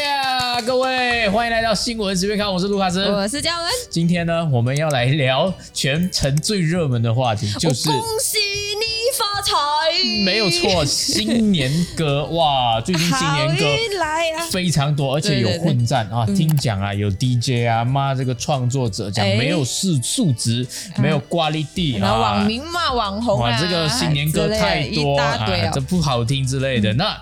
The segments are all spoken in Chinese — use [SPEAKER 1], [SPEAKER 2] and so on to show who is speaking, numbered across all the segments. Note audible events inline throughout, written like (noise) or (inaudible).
[SPEAKER 1] Yeah，各位欢迎来到新闻随便看，我是卢卡斯。
[SPEAKER 2] 我是嘉文，
[SPEAKER 1] 今天呢，我们要来聊全城最热门的话题，就是
[SPEAKER 2] 我恭喜你发财，
[SPEAKER 1] 没有错，新年歌
[SPEAKER 2] (laughs)
[SPEAKER 1] 哇！最近新年歌
[SPEAKER 2] 好运来啊！
[SPEAKER 1] 非常多，而且有混战
[SPEAKER 2] 嗯
[SPEAKER 1] 啊，听讲啊，有 DJ 啊，骂这个创作者讲
[SPEAKER 2] 哎啊
[SPEAKER 1] 没有素素质，没有挂历地
[SPEAKER 2] 然后网
[SPEAKER 1] 啊，
[SPEAKER 2] 民骂网红啊，
[SPEAKER 1] 哇，这个新年歌
[SPEAKER 2] 之类的
[SPEAKER 1] 太多
[SPEAKER 2] 一大堆嗯
[SPEAKER 1] 啊，
[SPEAKER 2] 啊
[SPEAKER 1] 这！不好听之类的。那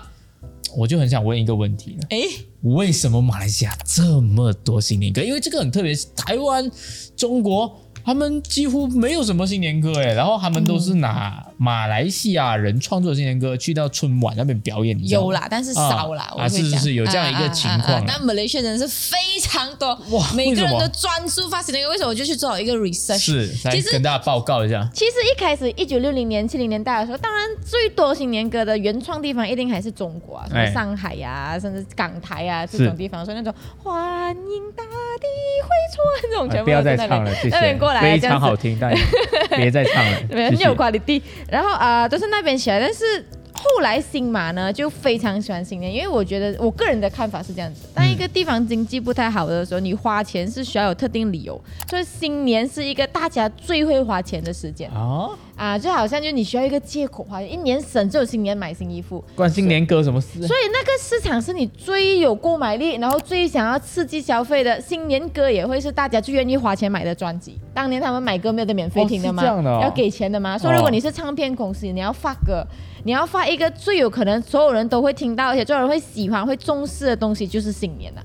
[SPEAKER 1] 我就很想问一个问题了。
[SPEAKER 2] 哎，
[SPEAKER 1] 为什么马来西亚这么多新年歌？因为这个很特别，台湾、中国他们几乎没有什么新年歌哎，然后他们都是拿马来西亚人创作的新年歌去到春晚那边表演，你知道吗
[SPEAKER 2] 有啦，但是少啦
[SPEAKER 1] 啊，
[SPEAKER 2] 我会
[SPEAKER 1] 啊是是
[SPEAKER 2] 讲
[SPEAKER 1] 是有这样一个
[SPEAKER 2] 啊啊啊
[SPEAKER 1] 情况啊
[SPEAKER 2] 啊但马来西亚人是非常多，
[SPEAKER 1] 哇
[SPEAKER 2] 每个
[SPEAKER 1] 为什
[SPEAKER 2] 人
[SPEAKER 1] 么
[SPEAKER 2] 都专注发新年歌，为什么？我就去做一个 research，
[SPEAKER 1] 是来
[SPEAKER 2] 其实
[SPEAKER 1] 跟大家报告一
[SPEAKER 3] (laughs)
[SPEAKER 1] 下，
[SPEAKER 4] 其实一开始一九六零年、七零年代的时候，当然最多新年歌的原创地方一定还是中国啊，什么
[SPEAKER 1] 哎
[SPEAKER 4] 上海呀、甚至港台啊
[SPEAKER 1] 是
[SPEAKER 4] 这种地方，所以那种欢迎大地回春这种全
[SPEAKER 3] 哎
[SPEAKER 4] 部
[SPEAKER 3] 不要
[SPEAKER 4] 都
[SPEAKER 3] 再
[SPEAKER 4] 是那
[SPEAKER 3] 唱
[SPEAKER 4] 边
[SPEAKER 3] 了，谢
[SPEAKER 4] 那边
[SPEAKER 3] 谢
[SPEAKER 4] 过来，
[SPEAKER 3] 非
[SPEAKER 4] 这
[SPEAKER 3] 常
[SPEAKER 4] 样子
[SPEAKER 3] 好听，但别再唱了，
[SPEAKER 4] 没有
[SPEAKER 3] 谢
[SPEAKER 4] 很
[SPEAKER 3] 谢
[SPEAKER 4] 有 quality。然后啊、呃都是那边起来，但是后来新马呢就非常喜欢新年，因为我觉得我个人的看法是这样子：当一个地方经济不太好的时候，你花钱是需要有特定理由，所以新年是一个大家最会花钱的时间
[SPEAKER 3] 啊！
[SPEAKER 4] 啊，就好像就你需要一个借口花钱，一年省只有新年买新衣服，
[SPEAKER 3] 关新年歌什么事？
[SPEAKER 4] 所以那个市场是你最有购买力，然后最想要刺激消费的。新年歌也会是大家最愿意花钱买的专辑。当年他们买歌没有得免费听的嘛，
[SPEAKER 3] 哦是这样的哦
[SPEAKER 4] 要给钱的嘛。所以如果你是唱片公司，你要发歌，你要发一个最有可能所有人都会听到，而且最有人会喜欢、会重视的东西，就是新年了。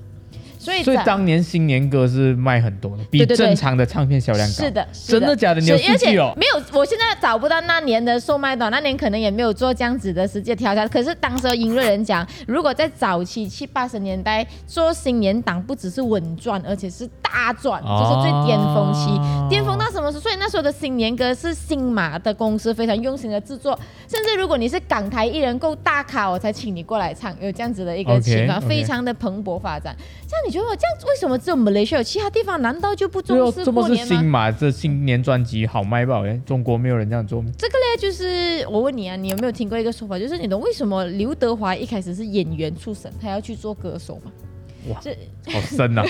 [SPEAKER 4] 所以
[SPEAKER 3] 所以
[SPEAKER 4] 在
[SPEAKER 3] 当年新年歌是卖很多的，比
[SPEAKER 4] 对对对
[SPEAKER 3] 正常的唱片销量高。
[SPEAKER 4] 是的，是
[SPEAKER 3] 真的假的？你有
[SPEAKER 4] 是
[SPEAKER 3] 数
[SPEAKER 4] 而且
[SPEAKER 3] 据哦？
[SPEAKER 4] 没有，我现在找不到那年的售卖短，那年可能也没有做这样子的实际调查。可是当时的音乐人讲，如果在早期七八十年代做新年档，不只是稳赚，而且是大赚，就是最巅峰期。
[SPEAKER 3] 哦
[SPEAKER 4] 巅峰到什么时候？所以那时候的新年歌是新马的公司非常用心的制作，甚至如果你是港台艺人够大咖，我才请你过来唱，有这样子的一个
[SPEAKER 3] OK，
[SPEAKER 4] 情况
[SPEAKER 3] OK
[SPEAKER 4] 非常的蓬勃发展。这样你觉得这样为什么只有 Malaysia 有其他地方难道就不重视
[SPEAKER 3] 这
[SPEAKER 4] 过
[SPEAKER 3] 么是
[SPEAKER 4] 年吗
[SPEAKER 3] 新？马这新年专辑好卖
[SPEAKER 4] (laughs)
[SPEAKER 3] 爆哎，中国没有人这样做。
[SPEAKER 4] 这个嘞，就是我问你啊，你有没有听过一个说法，就是你懂为什么刘德华一开始是演员出身，他要去做歌手吗？
[SPEAKER 3] 哇
[SPEAKER 4] 这
[SPEAKER 3] 好深啊
[SPEAKER 4] (laughs)
[SPEAKER 3] 呐、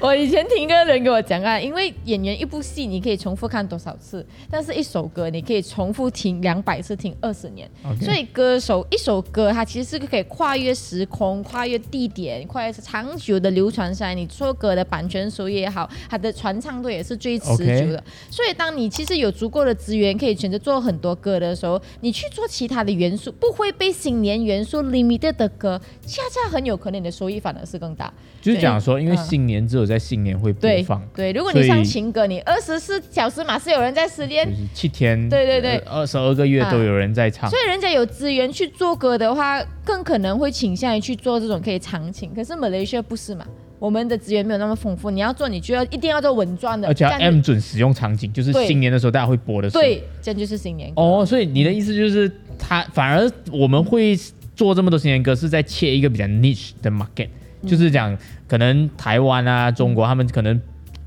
[SPEAKER 4] 我以前听一个人给我讲啊，因为演员一部戏你可以重复看多少次，但是一首歌你可以重复听两百次，听二十年。
[SPEAKER 3] OK
[SPEAKER 4] 所以歌手一首歌，它其实是可以跨越时空、跨越地点、跨越长久的流传下来。你做歌的版权收益也好，它的传唱度也是最持久的。所以，当你其实有足够的资源可以选择做很多歌的时候，你去做其他的元素，不会被新年元素 limited 的歌，恰恰很有可能你的收益反而是更大。
[SPEAKER 3] 就是讲说，因为
[SPEAKER 4] 嗯
[SPEAKER 3] 新年只有在新年会播
[SPEAKER 4] 对
[SPEAKER 3] 放，
[SPEAKER 4] 对，如果你
[SPEAKER 3] 所以
[SPEAKER 4] 唱情歌，你二十四小时马是有人在失恋
[SPEAKER 3] 就，是七天，呃
[SPEAKER 4] 对对对
[SPEAKER 3] 二十二个月都有人在唱。
[SPEAKER 4] 所以人家有资源去做歌的话，更可能会倾向于去做这种可以长情。可是 Malaysia 不是嘛？我们的资源没有那么丰富，你要做，你就要一定要做稳赚的，
[SPEAKER 3] 而且要
[SPEAKER 4] 这样
[SPEAKER 3] M 准使用场景，就是
[SPEAKER 4] 嗯对
[SPEAKER 3] 新年的时候大家会播的时候。
[SPEAKER 4] 对，这样就是新年歌。
[SPEAKER 3] 哦，所以你的意思就是，他反而我们会做这么多新年歌，是在切一个比较 niche 的 market，、就是
[SPEAKER 4] 嗯
[SPEAKER 3] 讲可能台湾啊、中国他们可能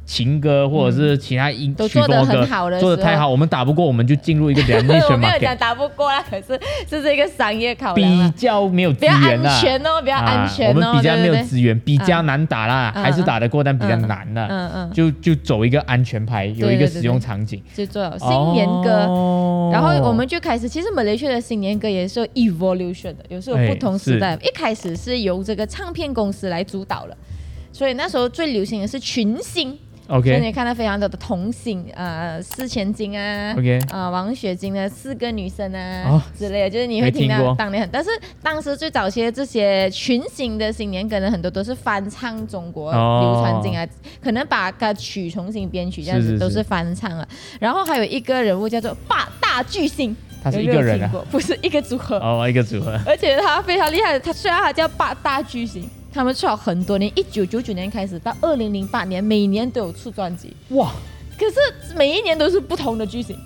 [SPEAKER 3] 情歌或者是其他音、
[SPEAKER 4] 嗯都
[SPEAKER 3] 曲
[SPEAKER 4] 做得
[SPEAKER 3] 风歌
[SPEAKER 4] 很好的
[SPEAKER 3] 做
[SPEAKER 4] 时
[SPEAKER 3] 的
[SPEAKER 4] 候
[SPEAKER 3] 太好，我们打不过，我们就进入一个
[SPEAKER 4] (laughs)
[SPEAKER 3] 比较 niche
[SPEAKER 4] 我
[SPEAKER 3] 的
[SPEAKER 4] 没有讲
[SPEAKER 3] market，
[SPEAKER 4] 打不过啦，可是这是一个商业考量
[SPEAKER 3] 比
[SPEAKER 4] 啦，
[SPEAKER 3] 较没有资
[SPEAKER 4] 比较
[SPEAKER 3] 源
[SPEAKER 4] 安
[SPEAKER 3] 啦。
[SPEAKER 4] 全哦，比较安全哦，
[SPEAKER 3] 啊，我们比较
[SPEAKER 4] 对
[SPEAKER 3] 没
[SPEAKER 4] 对
[SPEAKER 3] 有
[SPEAKER 4] 对
[SPEAKER 3] 资源，啊比较难打啦，
[SPEAKER 4] 嗯
[SPEAKER 3] 还是打得过，但比较
[SPEAKER 4] 嗯
[SPEAKER 3] 难啦，
[SPEAKER 4] 嗯嗯
[SPEAKER 3] 就就走一个安全牌，有一
[SPEAKER 4] 对对
[SPEAKER 3] 个使
[SPEAKER 4] 对
[SPEAKER 3] 用场景。
[SPEAKER 4] 就做新年歌。
[SPEAKER 3] 哦
[SPEAKER 4] 然后我们就开始，其实马来西亚的新年歌也是有 evolution 的，有时候有不同时代。一开始是由这个唱片公司来主导了，所以那时候最流行的是群星。所以
[SPEAKER 3] OK
[SPEAKER 4] 你看到非常多的童星，呃，四千金啊
[SPEAKER 3] OK
[SPEAKER 4] 呃，王雪晶的四个女生啊、
[SPEAKER 3] 哦
[SPEAKER 4] 之类的，就是你
[SPEAKER 3] 没
[SPEAKER 4] 会听
[SPEAKER 3] 听过
[SPEAKER 4] 到当年很，但是当时最早期的这些群星的新年歌呢，很多都是翻唱中国
[SPEAKER 3] 哦
[SPEAKER 4] 流传进来，可能把歌曲重新编曲这样
[SPEAKER 3] 是
[SPEAKER 4] 子
[SPEAKER 3] 是
[SPEAKER 4] 都
[SPEAKER 3] 是
[SPEAKER 4] 是翻唱了。然后还有一个人物叫做霸大巨星，
[SPEAKER 3] 他是
[SPEAKER 4] 有
[SPEAKER 3] 一
[SPEAKER 4] 没
[SPEAKER 3] 个
[SPEAKER 4] 有
[SPEAKER 3] 人
[SPEAKER 4] 听
[SPEAKER 3] 啊，
[SPEAKER 4] 过不是一个组 (laughs) 合，
[SPEAKER 3] 哦，一个组合。
[SPEAKER 4] 而且他非常厉害的，他虽然他叫八大巨星，他们出了很多年，一九九九年开始到二零零八年，每年都有出专辑，
[SPEAKER 3] 哇，
[SPEAKER 4] 可是每一年都是不同的巨星，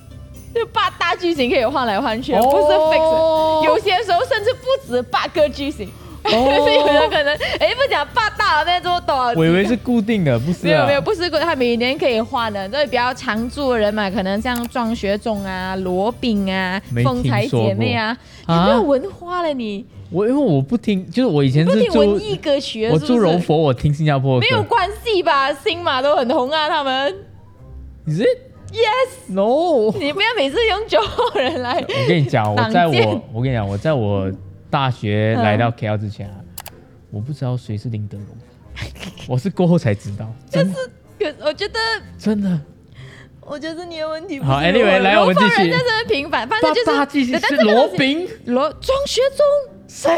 [SPEAKER 4] 就八大巨星可以换来换去，啊不是 fix 的。
[SPEAKER 3] 哦
[SPEAKER 4] 有些时候甚至不止八个巨星，所以有 (laughs) 的可能哎不讲八大那多多少集
[SPEAKER 3] 我以为是固定的，不是、啊？
[SPEAKER 4] 没有没有，不是过他每年可以换的，所以比较常驻的人嘛，可能像庄学仲啊、罗宾啊
[SPEAKER 3] 没、
[SPEAKER 4] 风才
[SPEAKER 3] 听说
[SPEAKER 4] 姐妹啊，
[SPEAKER 3] 过
[SPEAKER 4] 有没
[SPEAKER 3] 啊
[SPEAKER 4] 有文化了你？
[SPEAKER 3] 我因为我不听，就是我以前
[SPEAKER 4] 不
[SPEAKER 3] 是
[SPEAKER 4] 听
[SPEAKER 3] 住
[SPEAKER 4] 文艺歌曲了
[SPEAKER 3] 我
[SPEAKER 4] 是不
[SPEAKER 3] 住
[SPEAKER 4] 是
[SPEAKER 3] 柔佛，我听新加坡的
[SPEAKER 4] 没有
[SPEAKER 3] 歌。
[SPEAKER 4] 关系吧？新马都很红啊，他们。
[SPEAKER 3] Is it
[SPEAKER 4] Yes，
[SPEAKER 3] no？我
[SPEAKER 4] 你不要每次用九号人来。
[SPEAKER 3] 跟你讲， (laughs) 我
[SPEAKER 4] 挡
[SPEAKER 3] 在
[SPEAKER 4] 箭
[SPEAKER 3] 我我跟你讲，我在我大学
[SPEAKER 4] 嗯
[SPEAKER 3] 来到 KL 之前啊，我不知道谁是林德龙，我是过后才知道，真的
[SPEAKER 4] 可我觉得，
[SPEAKER 3] 真的。
[SPEAKER 4] 我觉得你有问题。
[SPEAKER 3] 好
[SPEAKER 4] 不是
[SPEAKER 3] anyway，
[SPEAKER 4] 的
[SPEAKER 3] 来我们
[SPEAKER 4] 柔佛
[SPEAKER 3] 继续
[SPEAKER 4] 人在这边平反，反
[SPEAKER 3] 爸
[SPEAKER 4] 正就是
[SPEAKER 3] 爸继续
[SPEAKER 4] 但
[SPEAKER 3] 是
[SPEAKER 4] 这个
[SPEAKER 3] 罗
[SPEAKER 4] 东西
[SPEAKER 3] 宾。
[SPEAKER 4] 罗庄学忠，谁？风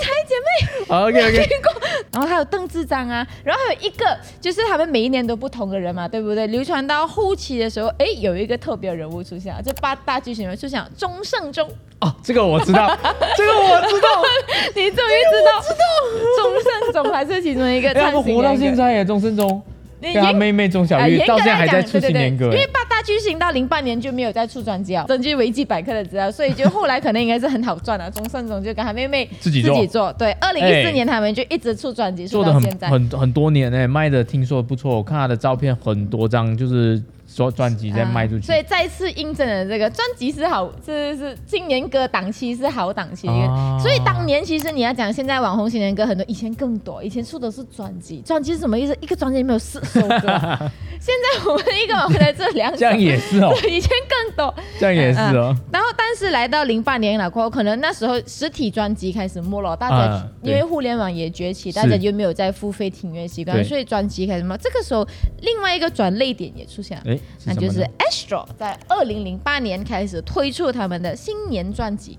[SPEAKER 4] 采姐妹。
[SPEAKER 3] OK (laughs) OK，
[SPEAKER 4] 然后还有邓志章啊，然后还有一个就是他们每一年都不同的人嘛，对不对？流传到后期的时候，哎，有一个特别人物出现啊，这八大巨星人物出现啊，钟胜忠，
[SPEAKER 3] 哦，这个我知道，这个我知
[SPEAKER 4] (laughs)
[SPEAKER 3] 道。
[SPEAKER 4] 你终于知
[SPEAKER 3] 哎
[SPEAKER 4] 道，知道钟胜忠还是其中一个
[SPEAKER 3] 哎，他
[SPEAKER 4] 参
[SPEAKER 3] 们
[SPEAKER 4] 星
[SPEAKER 3] 活到
[SPEAKER 4] 人格
[SPEAKER 3] 现在耶，钟胜忠
[SPEAKER 4] 你
[SPEAKER 3] 跟他
[SPEAKER 4] 严
[SPEAKER 3] 妹妹钟小
[SPEAKER 4] 啊
[SPEAKER 3] 玉
[SPEAKER 4] 严格
[SPEAKER 3] 到现在
[SPEAKER 4] 来
[SPEAKER 3] 还在
[SPEAKER 4] 讲
[SPEAKER 3] 出
[SPEAKER 4] 对对
[SPEAKER 3] 新
[SPEAKER 4] 对
[SPEAKER 3] 年歌哎
[SPEAKER 4] 因为
[SPEAKER 3] 耶，
[SPEAKER 4] 八大巨星到零八年就没有再出专辑了，根据维基百科的资料，所以就后来可能应该是很好赚了。钟胜忠就跟他妹妹
[SPEAKER 3] 自己做
[SPEAKER 4] 自己做，对，二零一四年他们就一直出专辑，出
[SPEAKER 3] 做的
[SPEAKER 4] 到
[SPEAKER 3] 很
[SPEAKER 4] 现在。
[SPEAKER 3] 很很多年哎，卖的听说不错，我看他的照片很多张，就是说专辑在卖出
[SPEAKER 4] 啊
[SPEAKER 3] 去
[SPEAKER 4] 所。以再次印证了这个专辑是好，是是新年歌档期是好档期的一个。
[SPEAKER 3] 啊
[SPEAKER 4] 所以当年其实你要讲，现在网红新年歌很多，以前更多，以前出的是专辑，专辑是什么意思？一个专辑里面有四首歌，现在我们一个网红才这两首，
[SPEAKER 3] 这样也是哦，
[SPEAKER 4] 对以前更多。
[SPEAKER 3] (laughs) 这样 (laughs) 也是哦。
[SPEAKER 4] 嗯然后，但是来到零八年了过后，可能那时候实体专辑开始没落，大家、
[SPEAKER 3] 啊对
[SPEAKER 4] 因为互联网也崛起，大家就没有在付费听音乐习惯，
[SPEAKER 3] 对
[SPEAKER 4] 所以专辑开始没落。这个时候，另外一个转类点也出现了。
[SPEAKER 3] 哎，
[SPEAKER 4] 嗯那
[SPEAKER 3] 什么
[SPEAKER 4] 就
[SPEAKER 3] 呢
[SPEAKER 4] 是 Astro 在二零零八年开始推出他们的新年专辑，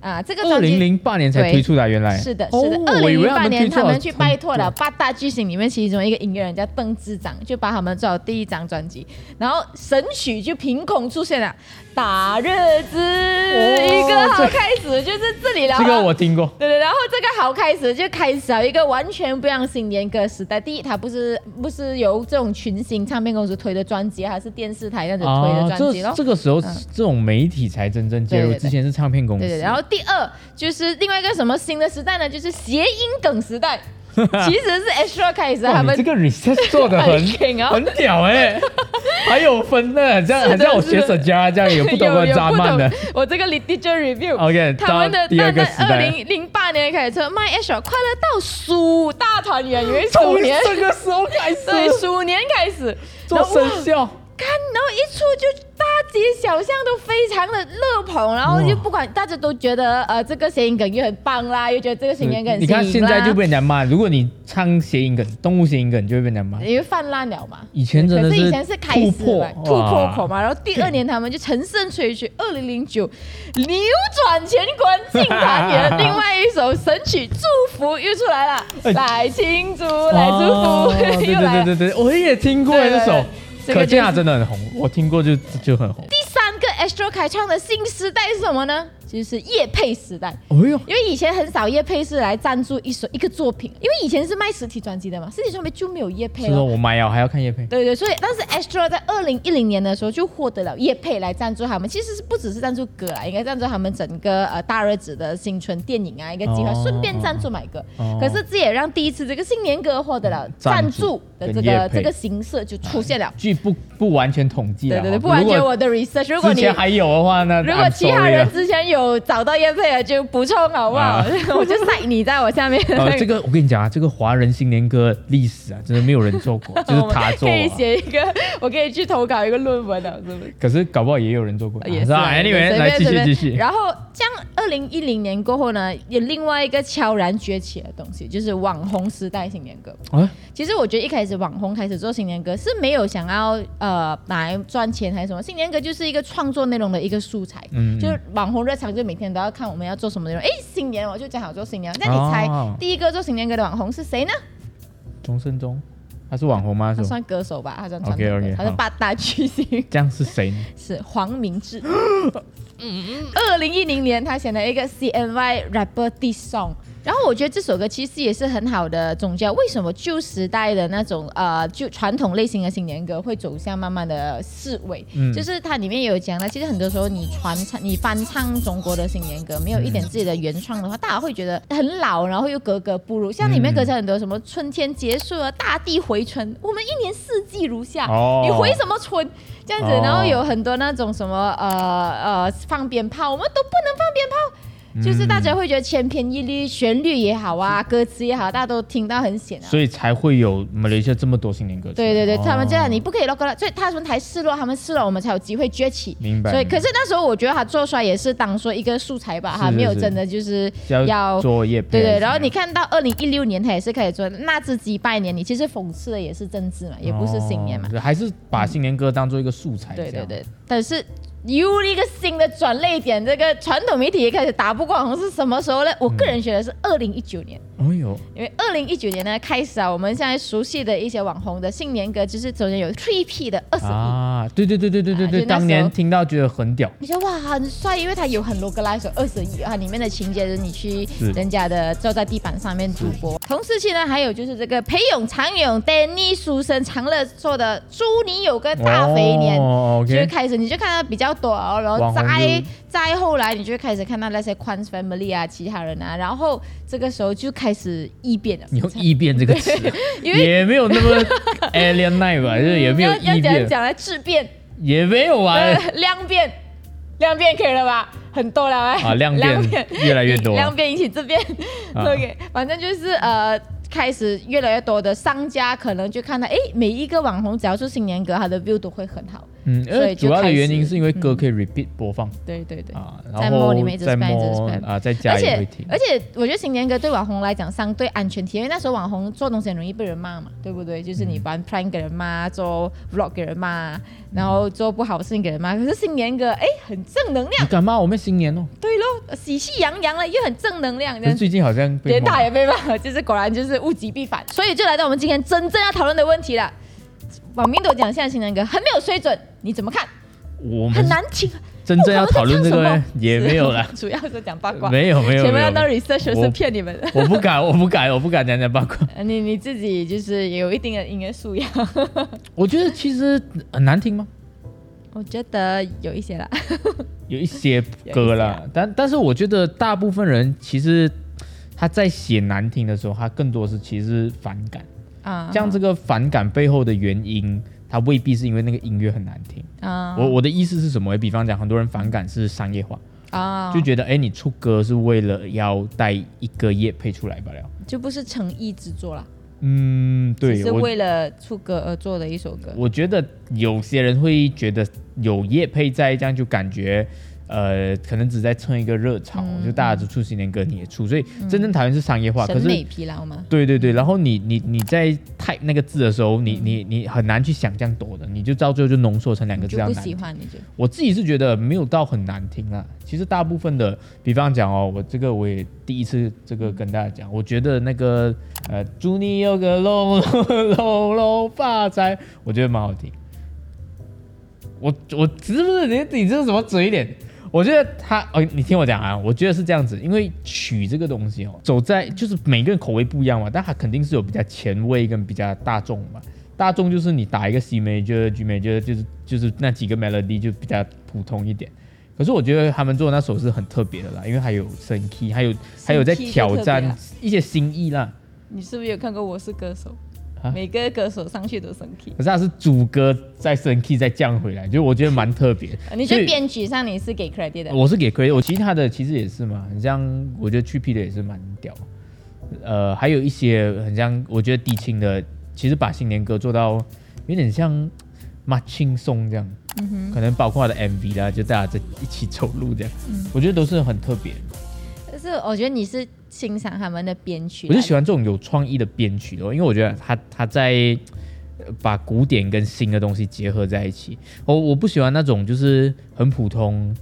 [SPEAKER 4] 啊，这个
[SPEAKER 3] 二
[SPEAKER 4] 专
[SPEAKER 3] 零
[SPEAKER 4] 辑
[SPEAKER 3] 零八年才推出的啊，原来
[SPEAKER 4] 是的，
[SPEAKER 3] 哦
[SPEAKER 4] 是的，二
[SPEAKER 3] 我以
[SPEAKER 4] 零
[SPEAKER 3] 为
[SPEAKER 4] 零八年
[SPEAKER 3] 推出哦
[SPEAKER 4] 他
[SPEAKER 3] 了
[SPEAKER 4] 们去拜托了
[SPEAKER 3] 很
[SPEAKER 4] 八大巨星里面其中一个音乐人叫邓志长，就把他们做了第一张专辑，然后神曲就凭空出现了《大日子》，一个好开始就是这里了。
[SPEAKER 3] 这个我听过，
[SPEAKER 4] 对对，然后这个好开始就开始了一个完全不一样的新年歌时代。第一，它不是不是由这种群星唱片公司推的专辑，它是电视台那种推的专辑咯。
[SPEAKER 3] 哦啊这这个时候
[SPEAKER 4] 嗯
[SPEAKER 3] 这种媒体才真正介入，
[SPEAKER 4] 对对对
[SPEAKER 3] 之前是唱片公司。
[SPEAKER 4] 对对，对然后第二就是另外一个什么新的时代呢？就是谐音梗时
[SPEAKER 3] (laughs)
[SPEAKER 4] 代，其实是 Extra 开始
[SPEAKER 3] 哇
[SPEAKER 4] 他
[SPEAKER 3] 你
[SPEAKER 4] 们
[SPEAKER 3] 这个 research 做
[SPEAKER 4] (laughs)
[SPEAKER 3] 的很
[SPEAKER 4] 很劲哦
[SPEAKER 3] 很屌
[SPEAKER 4] (laughs)
[SPEAKER 3] 哎，还有分呢，很像很像我学者家这样，有不懂
[SPEAKER 4] 有
[SPEAKER 3] 的
[SPEAKER 4] 有
[SPEAKER 3] 扎
[SPEAKER 4] 不
[SPEAKER 3] 曼
[SPEAKER 4] 懂
[SPEAKER 3] 的。，
[SPEAKER 4] (laughs) 我这个 literature review。
[SPEAKER 3] OK，
[SPEAKER 4] 他们的
[SPEAKER 3] 到第二个时
[SPEAKER 4] 二
[SPEAKER 3] 代了，
[SPEAKER 4] 零零八年开始出卖 Extra 快乐到鼠大团圆，因为鼠
[SPEAKER 3] 从
[SPEAKER 4] 年
[SPEAKER 3] 这个时候开始
[SPEAKER 4] 对鼠年开始，
[SPEAKER 3] 做
[SPEAKER 4] 然后哇
[SPEAKER 3] 生肖，
[SPEAKER 4] 看，然后一出就大街小巷都非常的热捧，然后就不管大家都觉得呃这个谐音梗又很棒啦，又觉得这个谐音梗很
[SPEAKER 3] 嗯你看
[SPEAKER 4] 新颖
[SPEAKER 3] 现
[SPEAKER 4] 啦
[SPEAKER 3] 在就被人家骂，如果你唱谐音梗、动物谐音梗，就会被人家骂。
[SPEAKER 4] 因为泛滥了嘛。
[SPEAKER 3] 以前真
[SPEAKER 4] 哎可
[SPEAKER 3] 的
[SPEAKER 4] 是以前是开
[SPEAKER 3] 突
[SPEAKER 4] 始
[SPEAKER 3] 破
[SPEAKER 4] 嘛，突破
[SPEAKER 3] 哇
[SPEAKER 4] 口嘛，然后第二年他们就乘胜
[SPEAKER 3] (laughs)
[SPEAKER 4] 追击，二零零九扭转乾坤进团圆，另外一首神曲《祝福》又出来了，来庆祝，来
[SPEAKER 3] 哎哦
[SPEAKER 4] 祝福，
[SPEAKER 3] 对
[SPEAKER 4] (laughs) 又来
[SPEAKER 3] 对对
[SPEAKER 4] 了。
[SPEAKER 3] 对对，我也听过
[SPEAKER 4] 对
[SPEAKER 3] 这
[SPEAKER 4] 对
[SPEAKER 3] 首
[SPEAKER 4] 对，这个
[SPEAKER 3] 可见
[SPEAKER 4] 就
[SPEAKER 3] 它
[SPEAKER 4] 是
[SPEAKER 3] 真的很红，我听过就就很红。
[SPEAKER 4] 第三个 Astro 开创的新时代是什么呢？就是夜配时代。
[SPEAKER 3] 哎呦，
[SPEAKER 4] 因为以前很少叶配是来赞助一首一个作品，因为以前是卖实体专辑的嘛，实体专辑就没有叶配
[SPEAKER 3] 是哦，
[SPEAKER 4] 了。
[SPEAKER 3] 我买了还要看叶佩。
[SPEAKER 4] 对对，所以但是 Astro 在二零一零年的时候就获得了叶配来赞助他们，其实是不只是赞助歌啦，应该赞助他们整个呃大日子的新春电影啊一个计划，
[SPEAKER 3] 哦
[SPEAKER 4] 顺便赞助买歌。
[SPEAKER 3] 哦
[SPEAKER 4] 可是这也让第一次这个新年歌获得了
[SPEAKER 3] 赞
[SPEAKER 4] 赞
[SPEAKER 3] 助
[SPEAKER 4] 助的这
[SPEAKER 3] 跟业
[SPEAKER 4] 个
[SPEAKER 3] 配
[SPEAKER 4] 这个形式就出现了。
[SPEAKER 3] 据不不完全统计
[SPEAKER 4] 对
[SPEAKER 3] 了，
[SPEAKER 4] 对对，
[SPEAKER 3] 哈
[SPEAKER 4] 不完全
[SPEAKER 3] 如
[SPEAKER 4] 我
[SPEAKER 3] 果
[SPEAKER 4] 的 research，如果
[SPEAKER 3] 之
[SPEAKER 4] 你
[SPEAKER 3] 前还有的话呢，
[SPEAKER 4] 如果
[SPEAKER 3] I'm
[SPEAKER 4] 其他
[SPEAKER 3] sorry 啊
[SPEAKER 4] 人
[SPEAKER 3] 了
[SPEAKER 4] 之前有找到叶佩了，啊就补充好不好？
[SPEAKER 3] 啊
[SPEAKER 4] (laughs) 我就晒你在我下面、那
[SPEAKER 3] 呃，这个我跟你讲啊，这个华人新年歌历史啊，真的没有人做
[SPEAKER 4] (laughs)
[SPEAKER 3] 过，就是他做、
[SPEAKER 4] 可以
[SPEAKER 3] 啊。
[SPEAKER 4] 写一个，我可以去投稿一个论文的，是不是？
[SPEAKER 3] 可是搞不好也有人做过，
[SPEAKER 4] 也是
[SPEAKER 3] 吧
[SPEAKER 4] 啊也是
[SPEAKER 3] ？Anyway，
[SPEAKER 4] 随便
[SPEAKER 3] 来继续
[SPEAKER 4] 随便
[SPEAKER 3] 继续。
[SPEAKER 4] 然后，像二零一零年过后呢，有另外一个悄然崛起的东西，就是网红时代新年歌。
[SPEAKER 3] 啊，
[SPEAKER 4] 其实我觉得一开始网红开始做新年歌是没有想要呃拿来赚钱还是什么，新年歌就是一个创作内容的一个素材。
[SPEAKER 3] 嗯，
[SPEAKER 4] 就是网红日常，就每天都要看我们要做什么内容。哎，新年我就讲好做新年，那你猜、
[SPEAKER 3] 哦
[SPEAKER 4] 第一个做新年歌的网红是谁呢？
[SPEAKER 3] 钟胜忠，他是网红吗？
[SPEAKER 4] 他
[SPEAKER 3] 是吧
[SPEAKER 4] 算歌手吧，他算传统歌
[SPEAKER 3] OK，OK，
[SPEAKER 4] 手，他是
[SPEAKER 3] 好
[SPEAKER 4] 八大巨星，
[SPEAKER 3] 这样是谁呢？
[SPEAKER 4] 是黄
[SPEAKER 3] (gasps)
[SPEAKER 4] 明志。
[SPEAKER 3] 嗯
[SPEAKER 4] 二零一零年，他写了一个 CNY rapper diss song。然后我觉得这首歌其实也是很好的总结，为什么旧时代的那种呃就传统类型的新年歌会走向慢慢的式微，
[SPEAKER 3] 嗯
[SPEAKER 4] 就是它里面也有讲到，其实很多时候你传唱你翻唱中国的新年歌，没有一点自己的原创的话，大家会觉得很老，然后又格格不入。像里面
[SPEAKER 3] 嗯
[SPEAKER 4] 歌词很多什么春天结束了，大地回春，我们一年四季如夏，
[SPEAKER 3] 哦
[SPEAKER 4] 你回什么春？这样子
[SPEAKER 3] 哦，
[SPEAKER 4] 然后有很多那种什么呃呃放鞭炮，我们都不能放鞭炮。就是大家会觉得千篇一律，旋律也好啊，
[SPEAKER 3] 嗯
[SPEAKER 4] 歌词也好，大家都听到很显啊。
[SPEAKER 3] 所以才会有马来西亚这么多新年歌曲。
[SPEAKER 4] 对对对，
[SPEAKER 3] 哦
[SPEAKER 4] 他们这样你不可以 local，了所以他们才示弱，他们示弱，我们才有机会崛起。
[SPEAKER 3] 明白
[SPEAKER 4] 所以，可是那时候我觉得他做出来也是当做一个素材吧，
[SPEAKER 3] 是
[SPEAKER 4] 他
[SPEAKER 3] 是
[SPEAKER 4] 没有
[SPEAKER 3] 是
[SPEAKER 4] 真的就是
[SPEAKER 3] 要
[SPEAKER 4] 要。
[SPEAKER 3] 做业啊
[SPEAKER 4] 对对，然后
[SPEAKER 3] 后
[SPEAKER 4] 你看到二零一六年，他也是开始做那只鸡拜年，你其实讽刺的也是政治嘛，也不是新年嘛。
[SPEAKER 3] 哦还是把新年歌当做一个素材。
[SPEAKER 4] 对
[SPEAKER 3] 这
[SPEAKER 4] 对
[SPEAKER 3] 样
[SPEAKER 4] 对，但是有一个新的转类点，这个传统媒体也开始打不过，好像是什么时候呢？
[SPEAKER 3] 嗯
[SPEAKER 4] 我个人觉得是二零一九年。
[SPEAKER 3] 哎呦，
[SPEAKER 4] 因为二零一九年呢开始啊，我们现在熟悉的一些网红的新年歌，就是中间有 Three P 的二十一。
[SPEAKER 3] 啊，对对对对对对
[SPEAKER 4] 啊
[SPEAKER 3] 对，
[SPEAKER 4] 就那时候
[SPEAKER 3] 当年听到觉得很屌，
[SPEAKER 4] 你说哇很帅，因为它有很 localize 二十一啊，里面的情节就是你去
[SPEAKER 3] 是
[SPEAKER 4] 人家的坐在地板上面赌博。同时期呢，还有就是这个裴勇、常勇、Danny、书生、长乐做的“祝你有个大肥年”，
[SPEAKER 3] 哦
[SPEAKER 4] 就会
[SPEAKER 3] ，OK，
[SPEAKER 4] 开始你就看到比较多哦，然
[SPEAKER 3] 网
[SPEAKER 4] 后
[SPEAKER 3] 红
[SPEAKER 4] 再
[SPEAKER 3] 就
[SPEAKER 4] 再后来你就会开始看到那些 q u a n s Family 啊、其他人啊，然后这个时候就开始异变了。
[SPEAKER 3] 你用异变这个词啊，
[SPEAKER 4] (laughs) 因为
[SPEAKER 3] 也没有那么 alien night
[SPEAKER 4] (laughs)
[SPEAKER 3] 吧，就是也没有
[SPEAKER 4] 要要
[SPEAKER 3] 异
[SPEAKER 4] 怎样
[SPEAKER 3] 变，
[SPEAKER 4] 讲来质变？
[SPEAKER 3] 也没有啊
[SPEAKER 4] 呃，量变，量变可以了吧？很多了哎。
[SPEAKER 3] 啊，量变越来越多，
[SPEAKER 4] 量变引起质变。
[SPEAKER 3] 啊
[SPEAKER 4] (laughs) OK，反正就是呃。开始越来越多的商家可能就看到，哎，每一个网红只要出新年歌，他的 view 都会很好。
[SPEAKER 3] 嗯，
[SPEAKER 4] 所
[SPEAKER 3] 呃，
[SPEAKER 4] 以就
[SPEAKER 3] 主要的
[SPEAKER 4] 开始
[SPEAKER 3] 原因是因为歌可以 repeat 播放
[SPEAKER 4] 对对对，
[SPEAKER 3] 啊，
[SPEAKER 4] 在
[SPEAKER 3] 然
[SPEAKER 4] mall
[SPEAKER 3] 后
[SPEAKER 4] 里面一直
[SPEAKER 3] 在
[SPEAKER 4] spam，一直
[SPEAKER 3] mall
[SPEAKER 4] spam
[SPEAKER 3] 啊，在家
[SPEAKER 4] 而
[SPEAKER 3] 也会
[SPEAKER 4] 且
[SPEAKER 3] 听，
[SPEAKER 4] 而且我觉得新年歌对网红来讲相对安全体，因为那时候网红做东西很容易被人骂嘛，对不对？就是你
[SPEAKER 3] 嗯
[SPEAKER 4] 玩 plan 给人骂，做 vlog 给人骂，然后做不好的事情给人骂。可是新年歌，哎，很正能量
[SPEAKER 3] 你，敢骂我们新年哦？
[SPEAKER 4] 对喽，喜气洋洋了，又很正能量，这
[SPEAKER 3] 可
[SPEAKER 4] 样
[SPEAKER 3] 是最近好像被
[SPEAKER 4] 嗯连
[SPEAKER 3] 骂
[SPEAKER 4] 打也被骂，就是果然就是物极必反，所以就来到我们今天真正要讨论的问题了。网民都讲现在新人歌很没有水准，你怎么看？
[SPEAKER 3] 我
[SPEAKER 4] 很
[SPEAKER 3] 们
[SPEAKER 4] 难听。
[SPEAKER 3] 真正要讨论这
[SPEAKER 4] 我
[SPEAKER 3] 个
[SPEAKER 4] 们
[SPEAKER 3] 呢也没有啦，，
[SPEAKER 4] (laughs) 主要是讲八卦。
[SPEAKER 3] 没有没有
[SPEAKER 4] 前
[SPEAKER 3] 没
[SPEAKER 4] 面
[SPEAKER 3] 有
[SPEAKER 4] 那
[SPEAKER 3] 没
[SPEAKER 4] 段
[SPEAKER 3] 有，
[SPEAKER 4] research
[SPEAKER 3] 我
[SPEAKER 4] 是骗你们的，
[SPEAKER 3] 我不敢我不敢我不敢讲讲八卦。
[SPEAKER 4] 呃你你自己就是有一定的音乐素养，
[SPEAKER 3] 我觉得其实很难听吗？
[SPEAKER 4] (laughs) 我觉得有一些啦。
[SPEAKER 3] 有一些歌啦，
[SPEAKER 4] 啊
[SPEAKER 3] 但但是我觉得大部分人其实他在写难听的时候，他更多是其实是反感。
[SPEAKER 4] 啊，
[SPEAKER 3] 像这个反感背后的原因，他未必是因为那个音乐很难听。
[SPEAKER 4] 啊
[SPEAKER 3] 我我的意思是什么？比方讲，很多人反感是商业化，
[SPEAKER 4] 啊，
[SPEAKER 3] 就
[SPEAKER 4] 就
[SPEAKER 3] 觉得哎、诶你出歌是为了要带一个业配出来罢了。
[SPEAKER 4] 就不是诚意之作啦，
[SPEAKER 3] 嗯，
[SPEAKER 4] 只
[SPEAKER 3] 对
[SPEAKER 4] 是
[SPEAKER 3] 我
[SPEAKER 4] 为了出歌而做的一首歌。
[SPEAKER 3] 我觉得有些人会觉得有业配在，这样就感觉。呃，可能只在蹭一个热潮，
[SPEAKER 4] 嗯
[SPEAKER 3] 就大家都出新年歌，你也出，所以真正讨厌是商业化。可
[SPEAKER 4] 审
[SPEAKER 3] 是
[SPEAKER 4] 美疲劳嘛，
[SPEAKER 3] 对对对，然后你你你在 type 那个字的时候，
[SPEAKER 4] 嗯
[SPEAKER 3] 你你你很难去想象多的，你就到最后就浓缩成两个
[SPEAKER 4] 你
[SPEAKER 3] 字
[SPEAKER 4] 就
[SPEAKER 3] 叫
[SPEAKER 4] 嗯不
[SPEAKER 3] 难
[SPEAKER 4] 喜
[SPEAKER 3] 听。
[SPEAKER 4] 欢你就
[SPEAKER 3] 我自己是觉得没有到很难听啦。其实大部分的，比方讲哦，我这个我也第一次这个跟大家讲，我觉得那个呃，祝你有个龙 (laughs) 龙龙发财，我觉得蛮好听。我我是不是你你这是什么嘴脸？我觉得他哦，你听我讲啊，我觉得是这样子，因为曲这个东西哦，走在就是每个人口味不一样嘛，但他肯定是有比较前卫跟比较大众嘛。大众就是你打一个 C major、G major，就是就是那几个 melody 就比较普通一点。可是我觉得他们做的那首是很特别的啦，因为还有升 key，还有还有在
[SPEAKER 4] 升 key
[SPEAKER 3] 挑
[SPEAKER 4] 就特别
[SPEAKER 3] 战
[SPEAKER 4] 啊
[SPEAKER 3] 一些新意啦。
[SPEAKER 4] 你是不是有看过《我是歌手
[SPEAKER 3] 啊》？
[SPEAKER 4] 每个歌手上去都生气。。
[SPEAKER 3] 可是他是主歌再升 key 再降回来，就我觉得蛮特别
[SPEAKER 4] 啊你
[SPEAKER 3] 所
[SPEAKER 4] 觉
[SPEAKER 3] 以
[SPEAKER 4] 得编曲上你是给 credit 的？
[SPEAKER 3] 我是给 credit，我其他的其实也是嘛，很像我觉得去 P 的也是蛮屌，呃，还有一些很像我觉得低清的，其实把新年歌做到有点像蛮轻松这样，可能包括他的 MV 啦，就大家在一起走路这样，我觉得都是很特别。
[SPEAKER 4] 但是我觉得你是欣赏他们的编曲啦，
[SPEAKER 3] 我就喜欢这种有创意的编曲的哦，因为我觉
[SPEAKER 4] 嗯
[SPEAKER 3] 得他他在呃把古典跟新的东西结合在一起。我我不喜欢那种就是很普通，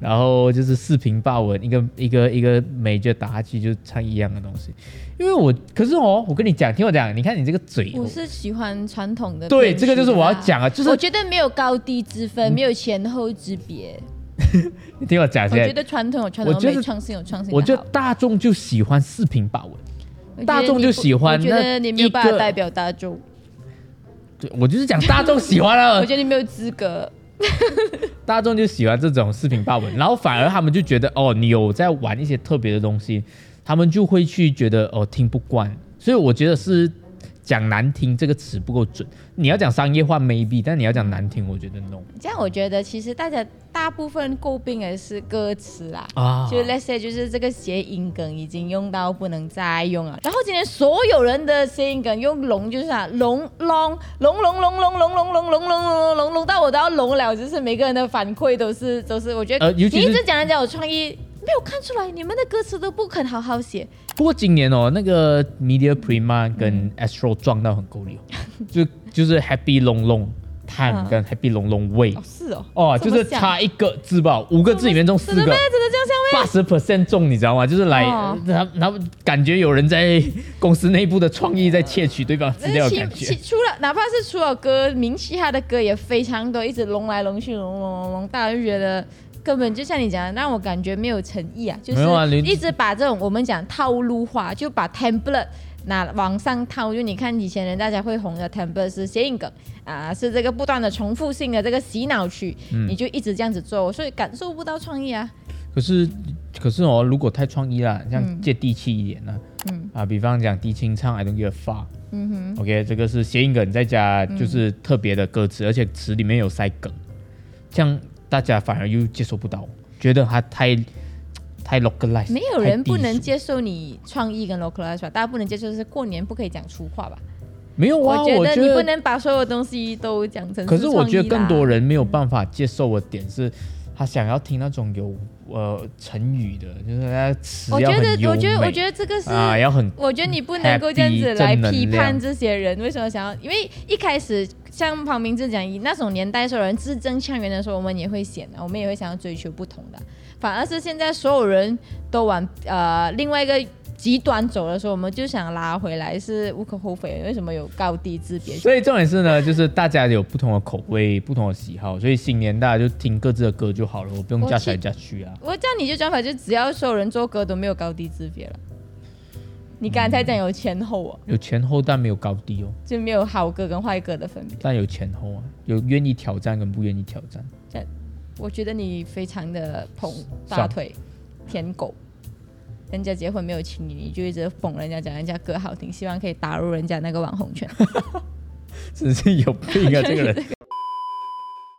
[SPEAKER 3] 然后就是四平八稳，一个一个一个每就打下去就唱一样的东西。因为我可是哦，我跟你讲，听我讲，你看你这个嘴，哦
[SPEAKER 4] 我是喜欢传统的。
[SPEAKER 3] 对这个就是我要。讲啊，就
[SPEAKER 4] 我
[SPEAKER 3] 是嗯
[SPEAKER 4] 觉得没有高低之分，没有前后之别。
[SPEAKER 3] 你听我讲
[SPEAKER 4] 我觉
[SPEAKER 3] 先。
[SPEAKER 4] 得传统有传统
[SPEAKER 3] 我
[SPEAKER 4] 的
[SPEAKER 3] 觉
[SPEAKER 4] 美，
[SPEAKER 3] 得
[SPEAKER 4] 没创新有创新的好。
[SPEAKER 3] 我觉得大众就喜欢四平八稳，
[SPEAKER 4] 我觉得
[SPEAKER 3] 大众
[SPEAKER 4] 你
[SPEAKER 3] 就
[SPEAKER 4] 不
[SPEAKER 3] 喜欢
[SPEAKER 4] 我觉
[SPEAKER 3] 那
[SPEAKER 4] 得你没有办
[SPEAKER 3] 一
[SPEAKER 4] 法
[SPEAKER 3] 个
[SPEAKER 4] 代表大众，
[SPEAKER 3] 对我就是讲大众喜欢
[SPEAKER 4] 我
[SPEAKER 3] 啊，
[SPEAKER 4] 觉得你没有资格。
[SPEAKER 3] 大众就喜欢这种四平八稳，然后反而他们就觉得哦，你有在玩一些特别的东西，他们就会去觉得哦听不惯。所以我觉得是讲难听这个词不够准，你要讲商业化 maybe，但你要讲难听，我觉得 no。
[SPEAKER 4] 这样我觉得其实大家大大部分诟病的是歌词啦。
[SPEAKER 3] 啊，
[SPEAKER 4] 就 let's say 就是这个谐音梗已经用到不能再用了。然后今天所有人的谐音梗用龙就是啊龙龙龙龙龙龙龙龙龙龙龙龙龙到我都要聋了，就是每个人的反馈都是都是，我觉得
[SPEAKER 3] 呃
[SPEAKER 4] 你
[SPEAKER 3] 尤其
[SPEAKER 4] 一
[SPEAKER 3] 是
[SPEAKER 4] 直讲人家有创意，没有看出来你们的歌词都不肯好好写。
[SPEAKER 3] 不过今年哦，那个 Media Prima 跟 Astro 撞到很够力、哦，就就是 Happy Long Long Time 跟 Happy Long Long Way
[SPEAKER 4] 哦，是哦，
[SPEAKER 3] 哦，
[SPEAKER 4] 这
[SPEAKER 3] 就
[SPEAKER 4] 么
[SPEAKER 3] 是
[SPEAKER 4] 像
[SPEAKER 3] 差一个字吧，五个字里面中四
[SPEAKER 4] 真的咩？
[SPEAKER 3] 个。
[SPEAKER 4] 真的这样像咩？
[SPEAKER 3] 八十 percent 中，你知道吗？就是来，
[SPEAKER 4] 哦
[SPEAKER 3] 他他们感觉有人在公司内部的创意在窃取对方资
[SPEAKER 4] 但
[SPEAKER 3] 料的
[SPEAKER 4] 是其
[SPEAKER 3] 感觉
[SPEAKER 4] 其。除了哪怕是除了歌名气，他的歌也非常多，一直龙来龙去，龙龙龙龙，大家就觉得根本就像你讲的，让我感觉没有诚意啊，就
[SPEAKER 3] 没有啊
[SPEAKER 4] 是
[SPEAKER 3] 你
[SPEAKER 4] 一直把这种我们讲套路化，就把 template 拿往上套，就你看以前人大家会红的 template 是谐音梗啊，是这个不断的重复性的这个洗脑曲，
[SPEAKER 3] 嗯
[SPEAKER 4] 你就一直这样子做，所以感受不到创意啊。
[SPEAKER 3] 可是可是哦，如果太创意啦，像接地气一点呢、
[SPEAKER 4] 嗯
[SPEAKER 3] 啊，比方讲低清唱 I don't give a fuck。
[SPEAKER 4] 嗯哼，
[SPEAKER 3] OK，这个是谐音梗，再加就是特别的歌词，而且词里面有塞梗，这样大家反而又接受不到，觉得它太太 localize，
[SPEAKER 4] 没有人
[SPEAKER 3] 太低俗
[SPEAKER 4] 不能，接受你创意跟 localize 吧，大家不能接受是过年不可以讲粗话吧。
[SPEAKER 3] 没有啊，
[SPEAKER 4] 我觉
[SPEAKER 3] 我
[SPEAKER 4] 得
[SPEAKER 3] 觉
[SPEAKER 4] 你不
[SPEAKER 3] 得，
[SPEAKER 4] 能把所有东西都讲成
[SPEAKER 3] 可是我觉得更多
[SPEAKER 4] 人
[SPEAKER 3] 人没有办法接受的点是，他想要听那种有呃成语的，就是他词
[SPEAKER 4] 我
[SPEAKER 3] 要
[SPEAKER 4] 觉
[SPEAKER 3] 很
[SPEAKER 4] 得，
[SPEAKER 3] 优
[SPEAKER 4] 我觉得，
[SPEAKER 3] 美
[SPEAKER 4] 我觉得这个是，
[SPEAKER 3] 啊，要很
[SPEAKER 4] 我觉得你不能够这样子
[SPEAKER 3] happy，
[SPEAKER 4] 来
[SPEAKER 3] 正能
[SPEAKER 4] 批判
[SPEAKER 3] 量
[SPEAKER 4] 这些人为什么想要，因为一开始像庞明志讲，以那种年代所有人字正腔圆的时候，我们也会显得，我们也会想要追求不同的，反而是现在所有人都往呃另外一个。极端走的时候，我们就想拉回来，是无可厚非的。为什么有高低之别？
[SPEAKER 3] 所以重点是呢，就是大家有不同的口味、不同的喜好，所以新年大家就听各自的歌就好了，我不用
[SPEAKER 4] 我
[SPEAKER 3] 加起来
[SPEAKER 4] 其
[SPEAKER 3] 加去啊。
[SPEAKER 4] 我叫你就专法，就只要所有人做歌都没有高低之别了。你刚才讲有前后哦，
[SPEAKER 3] 有前后，但没有高低哦，
[SPEAKER 4] 就没有好歌跟坏歌的分别。
[SPEAKER 3] 但有前后啊，有愿意挑战跟不愿意挑战。
[SPEAKER 4] 我觉得你非常的捧大腿，舔狗。人家结婚没有请你，你就一直捧人家讲人家歌好听，希望可以打入人家那个网红圈。
[SPEAKER 3] 真是有病啊，这个人。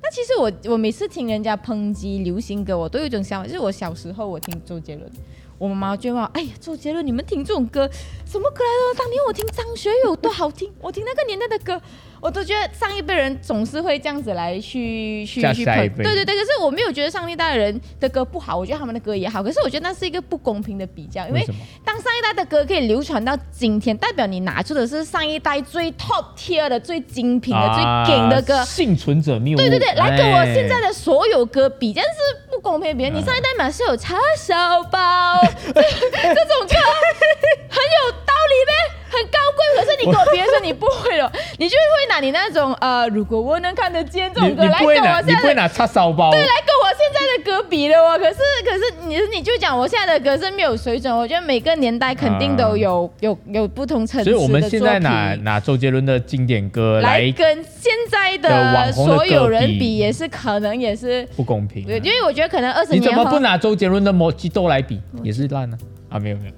[SPEAKER 4] 那其实我我每次听人家抨击流行歌，我都有一种想法，就是我小时候我听周杰伦，我妈妈就会骂：“哎呀，周杰伦你们听这种歌，什么歌来的？当年我听张学友多好听，我听那个年代的歌，我都觉得上一辈人总是会这样子来去去
[SPEAKER 3] 吓
[SPEAKER 4] 去
[SPEAKER 3] 下一
[SPEAKER 4] 捧。
[SPEAKER 3] 辈
[SPEAKER 4] 对对对，可是我没有觉得上一代人的歌不好，我觉得他们的歌也好，可是我觉得那是一个不公平的比较，因
[SPEAKER 3] 为
[SPEAKER 4] 为
[SPEAKER 3] 什么？
[SPEAKER 4] 当上一代的歌可以流传到今天，代表你拿出的是上一代最 top tier 的、最精品的、最顶的歌
[SPEAKER 3] 啊。幸存者谬误。
[SPEAKER 4] 对对对，来跟我现在
[SPEAKER 3] 的。
[SPEAKER 4] 的所有歌比，但是不公平。别
[SPEAKER 3] 哎
[SPEAKER 4] 人你上一代买是有叉烧包 (laughs) 这这种歌，很有道理呗，很高贵。可是你跟我别人说你不会
[SPEAKER 3] (laughs)
[SPEAKER 4] 了，你就会拿你那种呃，如果我能看得见这
[SPEAKER 3] 你
[SPEAKER 4] 种
[SPEAKER 3] 你
[SPEAKER 4] 歌来
[SPEAKER 3] 不
[SPEAKER 4] 跟
[SPEAKER 3] 会拿
[SPEAKER 4] 我
[SPEAKER 3] 你
[SPEAKER 4] 现
[SPEAKER 3] 不会
[SPEAKER 4] 在的。
[SPEAKER 3] 拿叉烧包，
[SPEAKER 4] 对，来跟我现在的歌比的哦，可是可是你你就讲我现在的歌是没有水准，我觉得每个年代肯定都有、有有不同层次
[SPEAKER 3] 啊所以
[SPEAKER 4] 的作
[SPEAKER 3] 我
[SPEAKER 4] 品。
[SPEAKER 3] 们现在拿拿周杰伦的经典歌
[SPEAKER 4] 来
[SPEAKER 3] 来
[SPEAKER 4] 跟现在
[SPEAKER 3] 的
[SPEAKER 4] 的
[SPEAKER 3] 网红的
[SPEAKER 4] 所有
[SPEAKER 3] 歌
[SPEAKER 4] 人
[SPEAKER 3] 比
[SPEAKER 4] 比，也是可能也是
[SPEAKER 3] 不公平啊。
[SPEAKER 4] 对，因为我觉得可能二十
[SPEAKER 3] 你怎
[SPEAKER 4] 年
[SPEAKER 3] 么不
[SPEAKER 4] 后，
[SPEAKER 3] 拿周杰伦的《摩吉豆》来比？也是烂啊！啊，没有没
[SPEAKER 4] (laughs)
[SPEAKER 3] 有，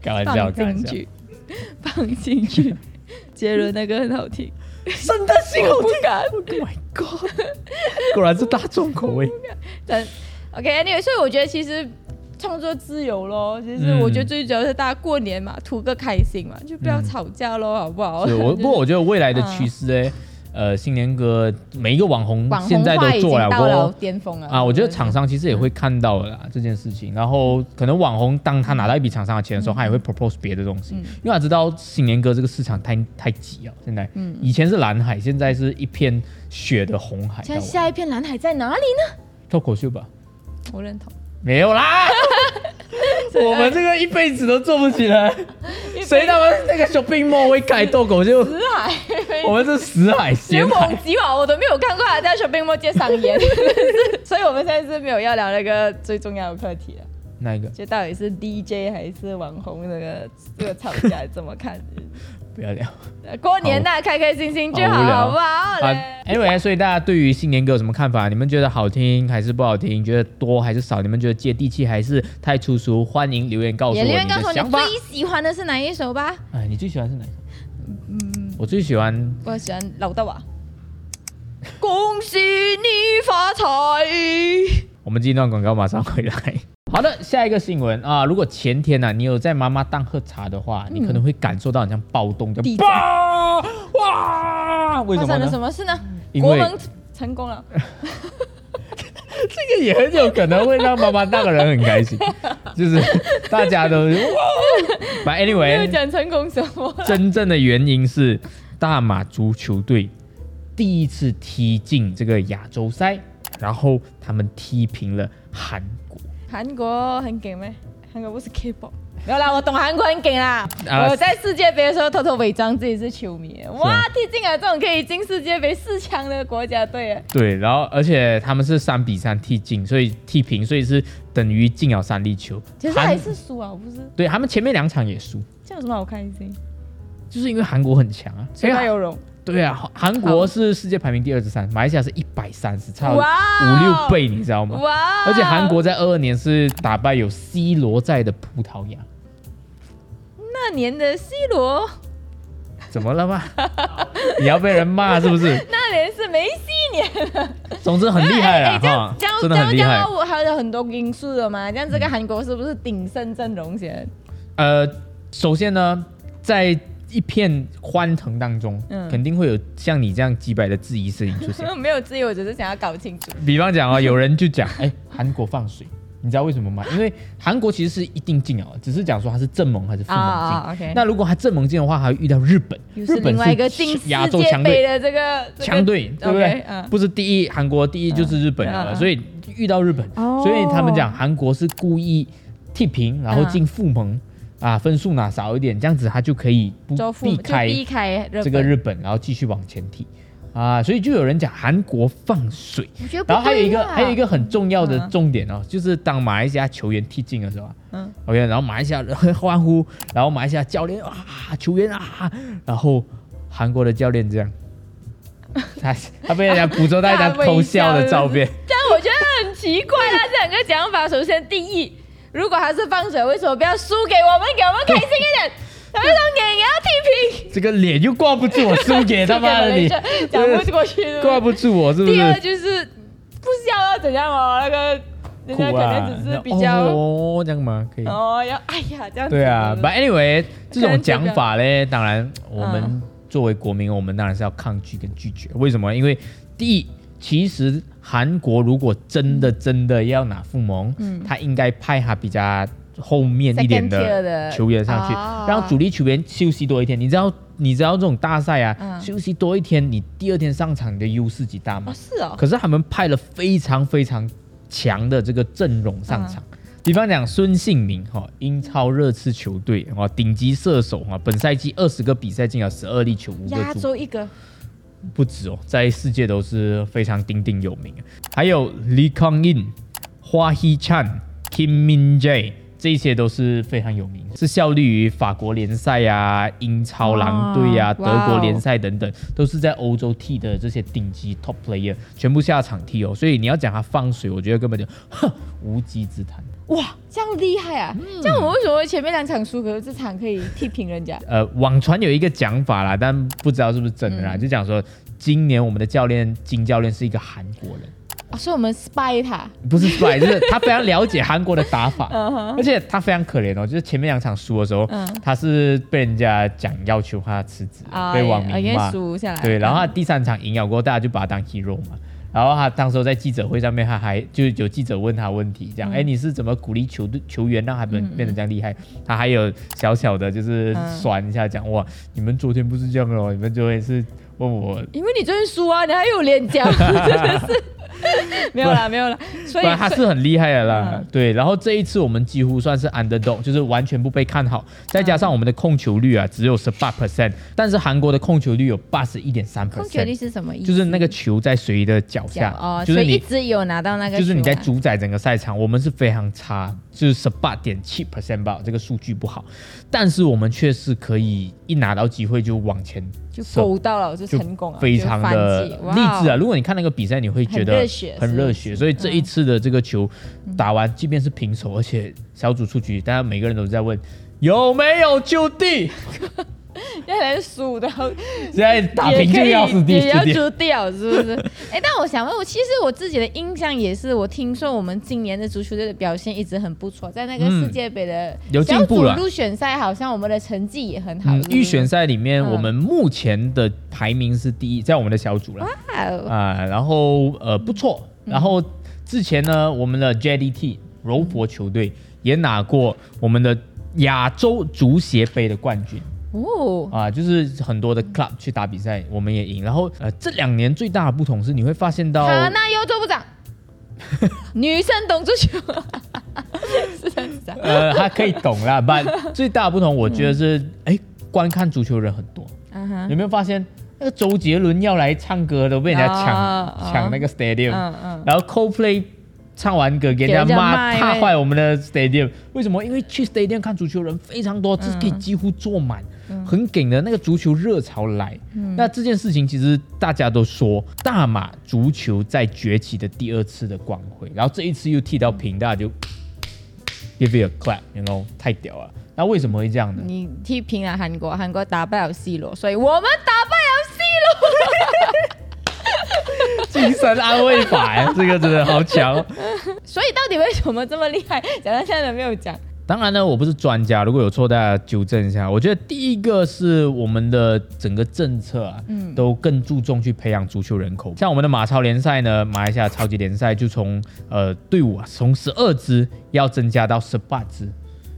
[SPEAKER 3] 开玩笑，
[SPEAKER 4] 放
[SPEAKER 3] 开玩
[SPEAKER 4] 进
[SPEAKER 3] 笑。
[SPEAKER 4] 去， (laughs) 放进去。杰伦那个很好听，
[SPEAKER 3] 真的是
[SPEAKER 4] (laughs)
[SPEAKER 3] Oh
[SPEAKER 4] 我不敢。
[SPEAKER 3] ，My God！果然是大众口
[SPEAKER 4] (laughs)
[SPEAKER 3] 味。
[SPEAKER 4] 但 OK，anyway，、所以我觉得其实创作自由咯，其实
[SPEAKER 3] 嗯
[SPEAKER 4] 我觉得最主要是大家过年嘛，图个开心嘛，就不要吵架咯，好不好？
[SPEAKER 3] 是
[SPEAKER 4] (laughs)
[SPEAKER 3] 我不过我觉得未
[SPEAKER 4] 嗯
[SPEAKER 3] 来的趋势哎，呃，新年歌每一个网红
[SPEAKER 4] 网
[SPEAKER 3] 现
[SPEAKER 4] 红
[SPEAKER 3] 在都
[SPEAKER 4] 化已经
[SPEAKER 3] 做了
[SPEAKER 4] 到了
[SPEAKER 3] 过。
[SPEAKER 4] 巅峰了
[SPEAKER 3] 啊，我觉得厂商其实也会看到了啦这件事情，然后可能网红当他拿到一笔厂商的钱的时候，他也会 propose 别的东西，因为他知道新年歌这个市场太太挤了，现在，以前是蓝海，现在是一片血的红海，
[SPEAKER 4] 现在下一片蓝海在哪里
[SPEAKER 3] 脱口秀吧，
[SPEAKER 4] 呢？我认同，
[SPEAKER 3] 没有啦，我们这个一辈子都做不起来，谁
[SPEAKER 4] (laughs)
[SPEAKER 3] 他妈那个 shopping mall 会开脱口秀？
[SPEAKER 4] 蓝海。
[SPEAKER 3] 我们是死海
[SPEAKER 4] 连
[SPEAKER 3] 咸海
[SPEAKER 4] 猛。吉瓦我都没有看过他在 shopping mall 街上演， (laughs) 所以我们现在是没有要聊那个最重要的课题了，
[SPEAKER 3] 那一个？
[SPEAKER 4] 就到底是 DJ 还是网红那个这个吵架怎么看？
[SPEAKER 3] 不要聊。
[SPEAKER 4] 呃过年呐、开开心心就好，
[SPEAKER 3] 好无聊
[SPEAKER 4] 好不好
[SPEAKER 3] 啊
[SPEAKER 4] 嘞？
[SPEAKER 3] ，Anyway，所以大家对于新年歌有什么看法？你们觉得好听还是不好听？觉得多还是少？你们觉得接地气还是太粗俗？欢迎留言告诉
[SPEAKER 4] 也
[SPEAKER 3] 我
[SPEAKER 4] 留
[SPEAKER 3] 你
[SPEAKER 4] 言告诉
[SPEAKER 3] 的
[SPEAKER 4] 我你
[SPEAKER 3] 想法。
[SPEAKER 4] 最喜欢的是哪一首吧。嗯
[SPEAKER 3] 哎，你最喜欢是哪一首？我最喜欢
[SPEAKER 4] 我喜欢老豆啊，恭喜你发财。
[SPEAKER 3] 我们这一段广告马上回来。好的，下一个新闻啊，如果前天呢、啊、你有在妈妈档喝茶的话，你可能会感受到很像暴动，叫
[SPEAKER 4] 地震
[SPEAKER 3] 爆哇！为什么
[SPEAKER 4] 发生
[SPEAKER 3] 呢
[SPEAKER 4] 了？什么事呢？
[SPEAKER 3] 因
[SPEAKER 4] 国
[SPEAKER 3] 为
[SPEAKER 4] 门成功了，
[SPEAKER 3] 这个也很有可能会让妈妈档的人很开心，就是大家都哇。But
[SPEAKER 4] (laughs) 没有
[SPEAKER 3] anyway，
[SPEAKER 4] 讲成功什么。
[SPEAKER 3] (laughs) 真正的原因是大马足球队第一次踢进这个亚洲赛，然后他们踢平了韩国。
[SPEAKER 4] 韩国很给咩？韩国不是 K-pop。没有啦，我懂韩国很给啦。
[SPEAKER 3] 啊
[SPEAKER 4] 我在世界杯的时候偷偷伪装自己是球迷，哇，
[SPEAKER 3] 啊
[SPEAKER 4] 踢进了这种可以进世界杯四强的国家队，
[SPEAKER 3] 对，然后而且他们是三比三踢进，所以踢平，所以是等于进了三粒球。
[SPEAKER 4] 其实还是输啊，不是？
[SPEAKER 3] 对他们前面两场也输，
[SPEAKER 4] 这样有什么好开心？
[SPEAKER 3] 就是因为韩国很强啊。
[SPEAKER 4] 谁
[SPEAKER 3] 因
[SPEAKER 4] 大
[SPEAKER 3] 为
[SPEAKER 4] 有容？
[SPEAKER 3] 对啊，韩国是世界排名第二十三，马来西亚是一百三十，差五
[SPEAKER 4] 哇哦
[SPEAKER 3] 六倍，你知道吗？
[SPEAKER 4] 哇！哦
[SPEAKER 3] 而且韩国在二二年是打败有 C 罗在的葡萄牙，
[SPEAKER 4] 那年的 C 罗，
[SPEAKER 3] 怎么了吗？ (laughs) 你要被人骂是不是？
[SPEAKER 4] 那年是梅西年，
[SPEAKER 3] 总之很厉害
[SPEAKER 4] 哎
[SPEAKER 3] 啦
[SPEAKER 4] 这
[SPEAKER 3] 哈
[SPEAKER 4] 样这样，
[SPEAKER 3] 真
[SPEAKER 4] 这
[SPEAKER 3] 的
[SPEAKER 4] 样
[SPEAKER 3] 很
[SPEAKER 4] 这
[SPEAKER 3] 厉害嗯
[SPEAKER 4] 样，。哦我还有很多因素的嘛。这样这个韩国是不是鼎盛阵容先？
[SPEAKER 3] 呃，首先呢，在一片欢腾当中，
[SPEAKER 4] 嗯
[SPEAKER 3] 肯定会有像你这样击败的质疑声音出现。
[SPEAKER 4] (laughs) 没有质疑，我只是想要搞清楚。
[SPEAKER 3] 比方讲啊、有人就讲，哎，韩国放水，你知道为什么吗？因为韩国其实是一定进啊，只是讲说它是正盟嗯还是副盟进。
[SPEAKER 4] 啊，OK。
[SPEAKER 3] 那如果它正盟进的话，还会遇到日本，
[SPEAKER 4] 又
[SPEAKER 3] 日
[SPEAKER 4] 是
[SPEAKER 3] 本
[SPEAKER 4] 另外一个进
[SPEAKER 3] 是
[SPEAKER 4] 世
[SPEAKER 3] 亚洲
[SPEAKER 4] 界
[SPEAKER 3] 强
[SPEAKER 4] 杯
[SPEAKER 3] 队。
[SPEAKER 4] 的这个这个
[SPEAKER 3] 强队对不
[SPEAKER 4] OK，
[SPEAKER 3] 对
[SPEAKER 4] 嗯？
[SPEAKER 3] 不是第一，韩国第一就是日本人
[SPEAKER 4] 嗯嗯
[SPEAKER 3] 了，
[SPEAKER 4] 嗯
[SPEAKER 3] 所以遇到日本，
[SPEAKER 4] 哦
[SPEAKER 3] 所以他们讲韩国是故意踢平，然后进副盟啊，分数拿少一点，这样子他就可以不
[SPEAKER 4] 哦周父
[SPEAKER 3] 避
[SPEAKER 4] 哦就
[SPEAKER 3] 开
[SPEAKER 4] 避开
[SPEAKER 3] 这个日本，然后继续往前踢啊，所以就有人讲韩国放水。
[SPEAKER 4] 我觉得啊
[SPEAKER 3] 然后还有一个还有一
[SPEAKER 4] 个
[SPEAKER 3] 个很重要的
[SPEAKER 4] 嗯
[SPEAKER 3] 重点哦，就是当马来西亚球员踢进的时候啊，
[SPEAKER 4] 嗯
[SPEAKER 3] 嗯，OK，然后马来西亚人欢呼，然后马来西亚教练啊，球员啊，然后韩国的教练这
[SPEAKER 4] (laughs)
[SPEAKER 3] 样，他他被人家捕捉到一张
[SPEAKER 4] 大微
[SPEAKER 3] 偷笑的
[SPEAKER 4] 笑
[SPEAKER 3] 照片，
[SPEAKER 4] 但我觉得很奇怪啊，这两个讲法，首先第一，如果他是放水，为什么不要输给我们，给我们开心一点？他们说你要踢平，
[SPEAKER 3] 这个脸又挂不住我，输给 (laughs) 他妈的你，
[SPEAKER 4] 讲不过去对不对
[SPEAKER 3] 挂不住我是不
[SPEAKER 4] 第二
[SPEAKER 3] 是？
[SPEAKER 4] 就是不需要要怎样哦，那个人
[SPEAKER 3] 苦
[SPEAKER 4] 家可
[SPEAKER 3] 啊
[SPEAKER 4] 能只是，比较
[SPEAKER 3] 哦，这样吗？可以。
[SPEAKER 4] 哦，要哎呀这样子
[SPEAKER 3] 对啊
[SPEAKER 4] 是不是
[SPEAKER 3] ，But anyway，这
[SPEAKER 4] 可
[SPEAKER 3] 种
[SPEAKER 4] 能这
[SPEAKER 3] 讲
[SPEAKER 4] 个
[SPEAKER 3] 法嘞，当然我们
[SPEAKER 4] 嗯
[SPEAKER 3] 作为国民，我们当然是要抗拒跟拒绝。为什么？因为第一，其实韩国如果真的真的要拿副盟，他应该派他比较后面一点
[SPEAKER 4] 嗯 Second tier 的
[SPEAKER 3] 球员上去
[SPEAKER 4] 哦，
[SPEAKER 3] 让主力球员休息多一天。你知道，你知道这种大赛啊，
[SPEAKER 4] 嗯
[SPEAKER 3] 休息多一天，你第二天上场你的优势极大嘛
[SPEAKER 4] 哦。是哦，
[SPEAKER 3] 可是他们派了非常非常强的这个阵容上场。比方讲孙兴民哈、英超热刺球队哦，顶级射手啊，本赛季二十个比赛进了十二粒球，五
[SPEAKER 4] 亚
[SPEAKER 3] 个助
[SPEAKER 4] 洲一个
[SPEAKER 3] 不止哦，在世界都是非常鼎鼎有名的。还有 Lee Kong In、花 He Chan、Kim Min Jae，这些都是非常有名的，是效力于法国联赛啊、英超狼队啊、
[SPEAKER 4] 哇哇哦
[SPEAKER 3] 德国联赛等等，都是在欧洲踢的这些顶级 top player，全部下场踢哦。所以你要讲他放水，我觉得根本就 (laughs) 哼无稽之谈。
[SPEAKER 4] 哇，这样厉害啊！
[SPEAKER 3] 嗯
[SPEAKER 4] 这样我为什么会前面两场输，可是这场可以踢平
[SPEAKER 3] (laughs)
[SPEAKER 4] 人家？
[SPEAKER 3] 呃，网传有一个讲法啦，但不知道是不是真的啦，就讲说今年我们的教练金教练是一个韩国人。
[SPEAKER 4] 哦，所以我们 spy 他，
[SPEAKER 3] 不是 spy，就是他非常了解韩国的打法，
[SPEAKER 4] (laughs) 嗯哼
[SPEAKER 3] 而且他非常可怜哦，就是前面两场输的时候，
[SPEAKER 4] 嗯
[SPEAKER 3] 他是被人家讲要求他辞职，
[SPEAKER 4] 啊，
[SPEAKER 3] 被网
[SPEAKER 4] 也
[SPEAKER 3] 民
[SPEAKER 4] 也
[SPEAKER 3] 骂，
[SPEAKER 4] 输嗯下来。啊
[SPEAKER 3] 对，然后他第三场赢了过后，大家就把他当 hero 嘛。然后他当时候在记者会上面，他还就有记者问他问题，这
[SPEAKER 4] 嗯
[SPEAKER 3] 样，哎、你是怎么鼓励球队球员让他们变得这样厉害？他还有小小的就是
[SPEAKER 4] 嗯
[SPEAKER 3] 酸一下讲，哇，你们昨天不是这样的哦，你们昨天是问我
[SPEAKER 4] 因为你最近输啊，你还有
[SPEAKER 3] (laughs)
[SPEAKER 4] 脸讲，真的是没有啦，没有啦。所以
[SPEAKER 3] 不然他
[SPEAKER 4] 所以
[SPEAKER 3] 是很厉害的啦，
[SPEAKER 4] 嗯
[SPEAKER 3] 对。然后这一次我们几乎算是 underdog，就是完全不被看好，再加上我们的控球率啊只有十八 percent，但是韩国的控球率有八十一点三
[SPEAKER 4] 控球力
[SPEAKER 3] percent，
[SPEAKER 4] 是什么意思？
[SPEAKER 3] 就是那个球在谁的脚下，
[SPEAKER 4] 讲哦，
[SPEAKER 3] 就
[SPEAKER 4] 所
[SPEAKER 3] 是
[SPEAKER 4] 以一
[SPEAKER 3] 你
[SPEAKER 4] 直有拿到那个球啊，
[SPEAKER 3] 就是你在主宰整个赛场，我们是非常差，就是十八点七 percent 吧，这个数据不好，但是我们却是可以一拿到机会就往前
[SPEAKER 4] 啊就
[SPEAKER 3] 射
[SPEAKER 4] 勾到了，就成功了，
[SPEAKER 3] 啊非常的
[SPEAKER 4] 就
[SPEAKER 3] 励
[SPEAKER 4] 反击哇哦
[SPEAKER 3] 志啊！如果你看那个比赛，你会觉得
[SPEAKER 4] 很热血
[SPEAKER 3] 很热血
[SPEAKER 4] 是嗯
[SPEAKER 3] 所以这一次的这个球打完，即便是平手，而且小组出局，大家每个人都在问有没有就地，
[SPEAKER 4] 现在连输都要
[SPEAKER 3] 现在打平就要是第一
[SPEAKER 4] 也要
[SPEAKER 3] 点。
[SPEAKER 4] 输掉，是
[SPEAKER 3] (laughs)
[SPEAKER 4] 不是？哎、但我想问，我其实我自己的印象也是，我听说我们今年的足球队的表现一直很不错，在那个
[SPEAKER 3] 嗯
[SPEAKER 4] 世界杯的
[SPEAKER 3] 有进
[SPEAKER 4] 小
[SPEAKER 3] 步
[SPEAKER 4] 组
[SPEAKER 3] 了
[SPEAKER 4] 入选赛，好像我们的成绩也很好。
[SPEAKER 3] 嗯
[SPEAKER 4] 是，不是
[SPEAKER 3] 预选赛里面
[SPEAKER 4] 嗯
[SPEAKER 3] 我们目前的排名是第一，在我们的小组了
[SPEAKER 4] 哇嗯哦
[SPEAKER 3] 啊、然后呃不错，然后之前呢，我们的 JDT 柔佛球队也拿过我们的亚洲足协杯的冠军
[SPEAKER 4] 哦，
[SPEAKER 3] 啊、就是很多的 club 去打比赛，我们也赢。然后呃这两年最大的不同是，你会发现到
[SPEAKER 4] 卡纳优州部
[SPEAKER 3] (laughs)
[SPEAKER 4] 长，女生懂足球， (laughs) 是这样子啊？
[SPEAKER 3] 呃他可以懂啦， (laughs) 但最大的不同我觉得是哎、观看足球的人很多。
[SPEAKER 4] 啊哈
[SPEAKER 3] 有，没有发现那个周杰伦要来唱歌都被人家抢、
[SPEAKER 4] 啊
[SPEAKER 3] 抢那个 stadium，、
[SPEAKER 4] 嗯嗯
[SPEAKER 3] 然后 Coldplay 唱完歌给人
[SPEAKER 4] 给
[SPEAKER 3] 家
[SPEAKER 4] 人家
[SPEAKER 3] 骂哎
[SPEAKER 4] 骂
[SPEAKER 3] 踏
[SPEAKER 4] 因为
[SPEAKER 3] 坏我们的 stadium，为什么？因为去 stadium 看足球人非常多，这可以几乎坐满，很给的那个足球热潮来。那这件事情其实大家都说，大马足球在崛起的第二次的光辉，然后这一次又踢到平，大家就 give it a clap，you know，太屌了。那为什么会这 (laughs) 样呢？
[SPEAKER 4] 你踢平了韩国，韩国打不了 C 罗，所以我们打不了 C 罗。 (laughs)
[SPEAKER 3] 精神安慰法呀，这个真的好强。
[SPEAKER 4] 所以到底为什么这么厉害？讲到现在都没有讲。
[SPEAKER 3] 当然呢，我不是专家，如果有错，大家纠正一下。我觉得第一个是我们的整个政策啊，都更注重去培养足球人口。像我们的马超联赛呢，马来西亚超级联赛就从呃队伍啊，从十二支要增加到十八支，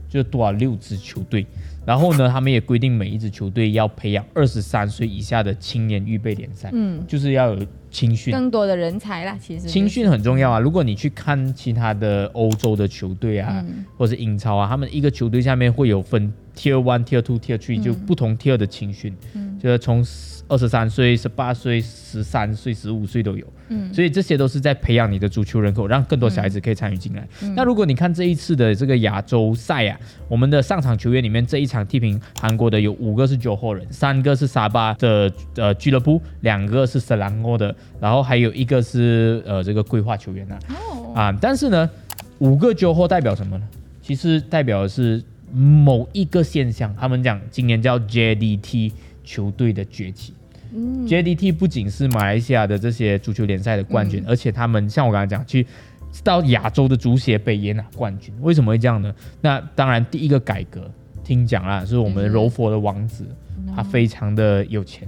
[SPEAKER 3] 就多少六支球队。然后呢，他们也规定每一支球队要培养二十三岁以下的青年预备联赛，
[SPEAKER 4] 嗯
[SPEAKER 3] 就是要有青训。
[SPEAKER 4] 更多的人才啦，其实
[SPEAKER 3] 青训很重要啊！如果你去看其他的欧洲的球队啊，或者是英超啊，他们一个球队下面会有分 Tier One、Tier Two、Tier Three，就不同 Tier 的青训，就是从二十三岁、十八岁、十三岁、十五岁都有。嗯，所以这些都是在培养你的足球人口，让更多小孩子可以参与进来。那如果你看这一次的这个亚洲赛啊，我们的上场球员里面这一场踢平韩国的有五个是九后人，三个是沙巴的呃俱乐部，两个是斯兰诺的，然后还有一个是呃这个规划球员呐、
[SPEAKER 4] 哦
[SPEAKER 3] 啊，但是呢，五个九后代表什么呢？其实代表的是某一个现象，他们讲今年叫 JDT 球队的崛起。JDT 不仅是马来西亚的这些足球联赛的冠军，而且他们像我刚才讲，去到亚洲的足协杯也拿冠军。为什么会这样呢？那当然，第一个改革，听讲啦，是我们柔
[SPEAKER 4] 嗯
[SPEAKER 3] 佛的王子，他非常的有
[SPEAKER 4] (laughs)
[SPEAKER 3] 钱，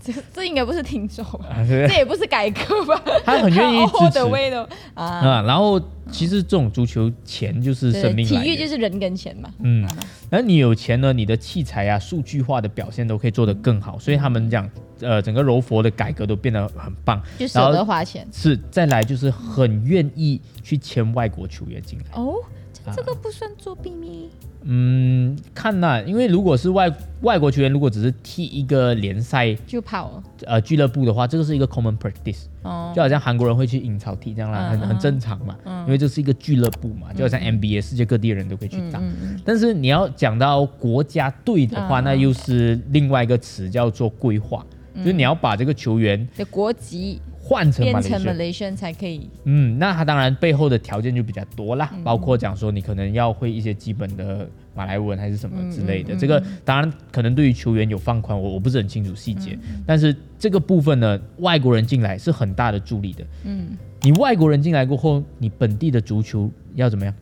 [SPEAKER 4] 这这应该不是听说吧？
[SPEAKER 3] 啊对
[SPEAKER 4] 这也不是改革吧？
[SPEAKER 3] 他很愿意
[SPEAKER 4] All
[SPEAKER 3] 支持
[SPEAKER 4] the way 都啊，
[SPEAKER 3] 啊。然后，其实这种足球钱就是
[SPEAKER 4] 对
[SPEAKER 3] 生命
[SPEAKER 4] 体
[SPEAKER 3] 来
[SPEAKER 4] 育
[SPEAKER 3] 源
[SPEAKER 4] 就。是人跟钱嘛。
[SPEAKER 3] 嗯，而你有钱呢，你的器材啊、数据化的表现都可以做得更
[SPEAKER 4] 嗯
[SPEAKER 3] 好，所以他们讲，呃，整个柔佛的改革都变得很棒，
[SPEAKER 4] 就舍
[SPEAKER 3] 然
[SPEAKER 4] 得
[SPEAKER 3] 后
[SPEAKER 4] 花钱
[SPEAKER 3] 是再来就是很愿意去签外国球员进来。
[SPEAKER 4] 哦，这
[SPEAKER 3] 啊
[SPEAKER 4] 这个不算作弊咪？
[SPEAKER 3] 嗯，看呐、因为如果是外外国球员，如果只是踢一个联赛
[SPEAKER 4] 就跑哦
[SPEAKER 3] 呃俱乐部的话，这个是一个 common practice，
[SPEAKER 4] 哦，
[SPEAKER 3] 就好像韩国人会去英超踢这样啦，
[SPEAKER 4] 嗯
[SPEAKER 3] 很很正常嘛，因为这是一个俱乐部嘛，就好像 NBA，世界各地的人都可以去打。但是你要讲到国家队的话，
[SPEAKER 4] 嗯
[SPEAKER 3] 那又是另外一个词叫做规划，就是你要把这个球员
[SPEAKER 4] 的国籍
[SPEAKER 3] 换成马
[SPEAKER 4] 变
[SPEAKER 3] 来西
[SPEAKER 4] 成
[SPEAKER 3] 亚
[SPEAKER 4] Malaysian 才可以。
[SPEAKER 3] 嗯，那他当然背后的条件就比较多啦，
[SPEAKER 4] 嗯
[SPEAKER 3] 包括讲说你可能要会一些基本的马来文还是什么之类的。
[SPEAKER 4] 嗯
[SPEAKER 3] 这个当然可能对于球员有放宽，我我不是很清楚细节，
[SPEAKER 4] 嗯
[SPEAKER 3] 但是这个部分呢，外国人进来是很大的助力的。
[SPEAKER 4] 嗯，
[SPEAKER 3] 你外国人进来过后，你本地的足球要怎么样？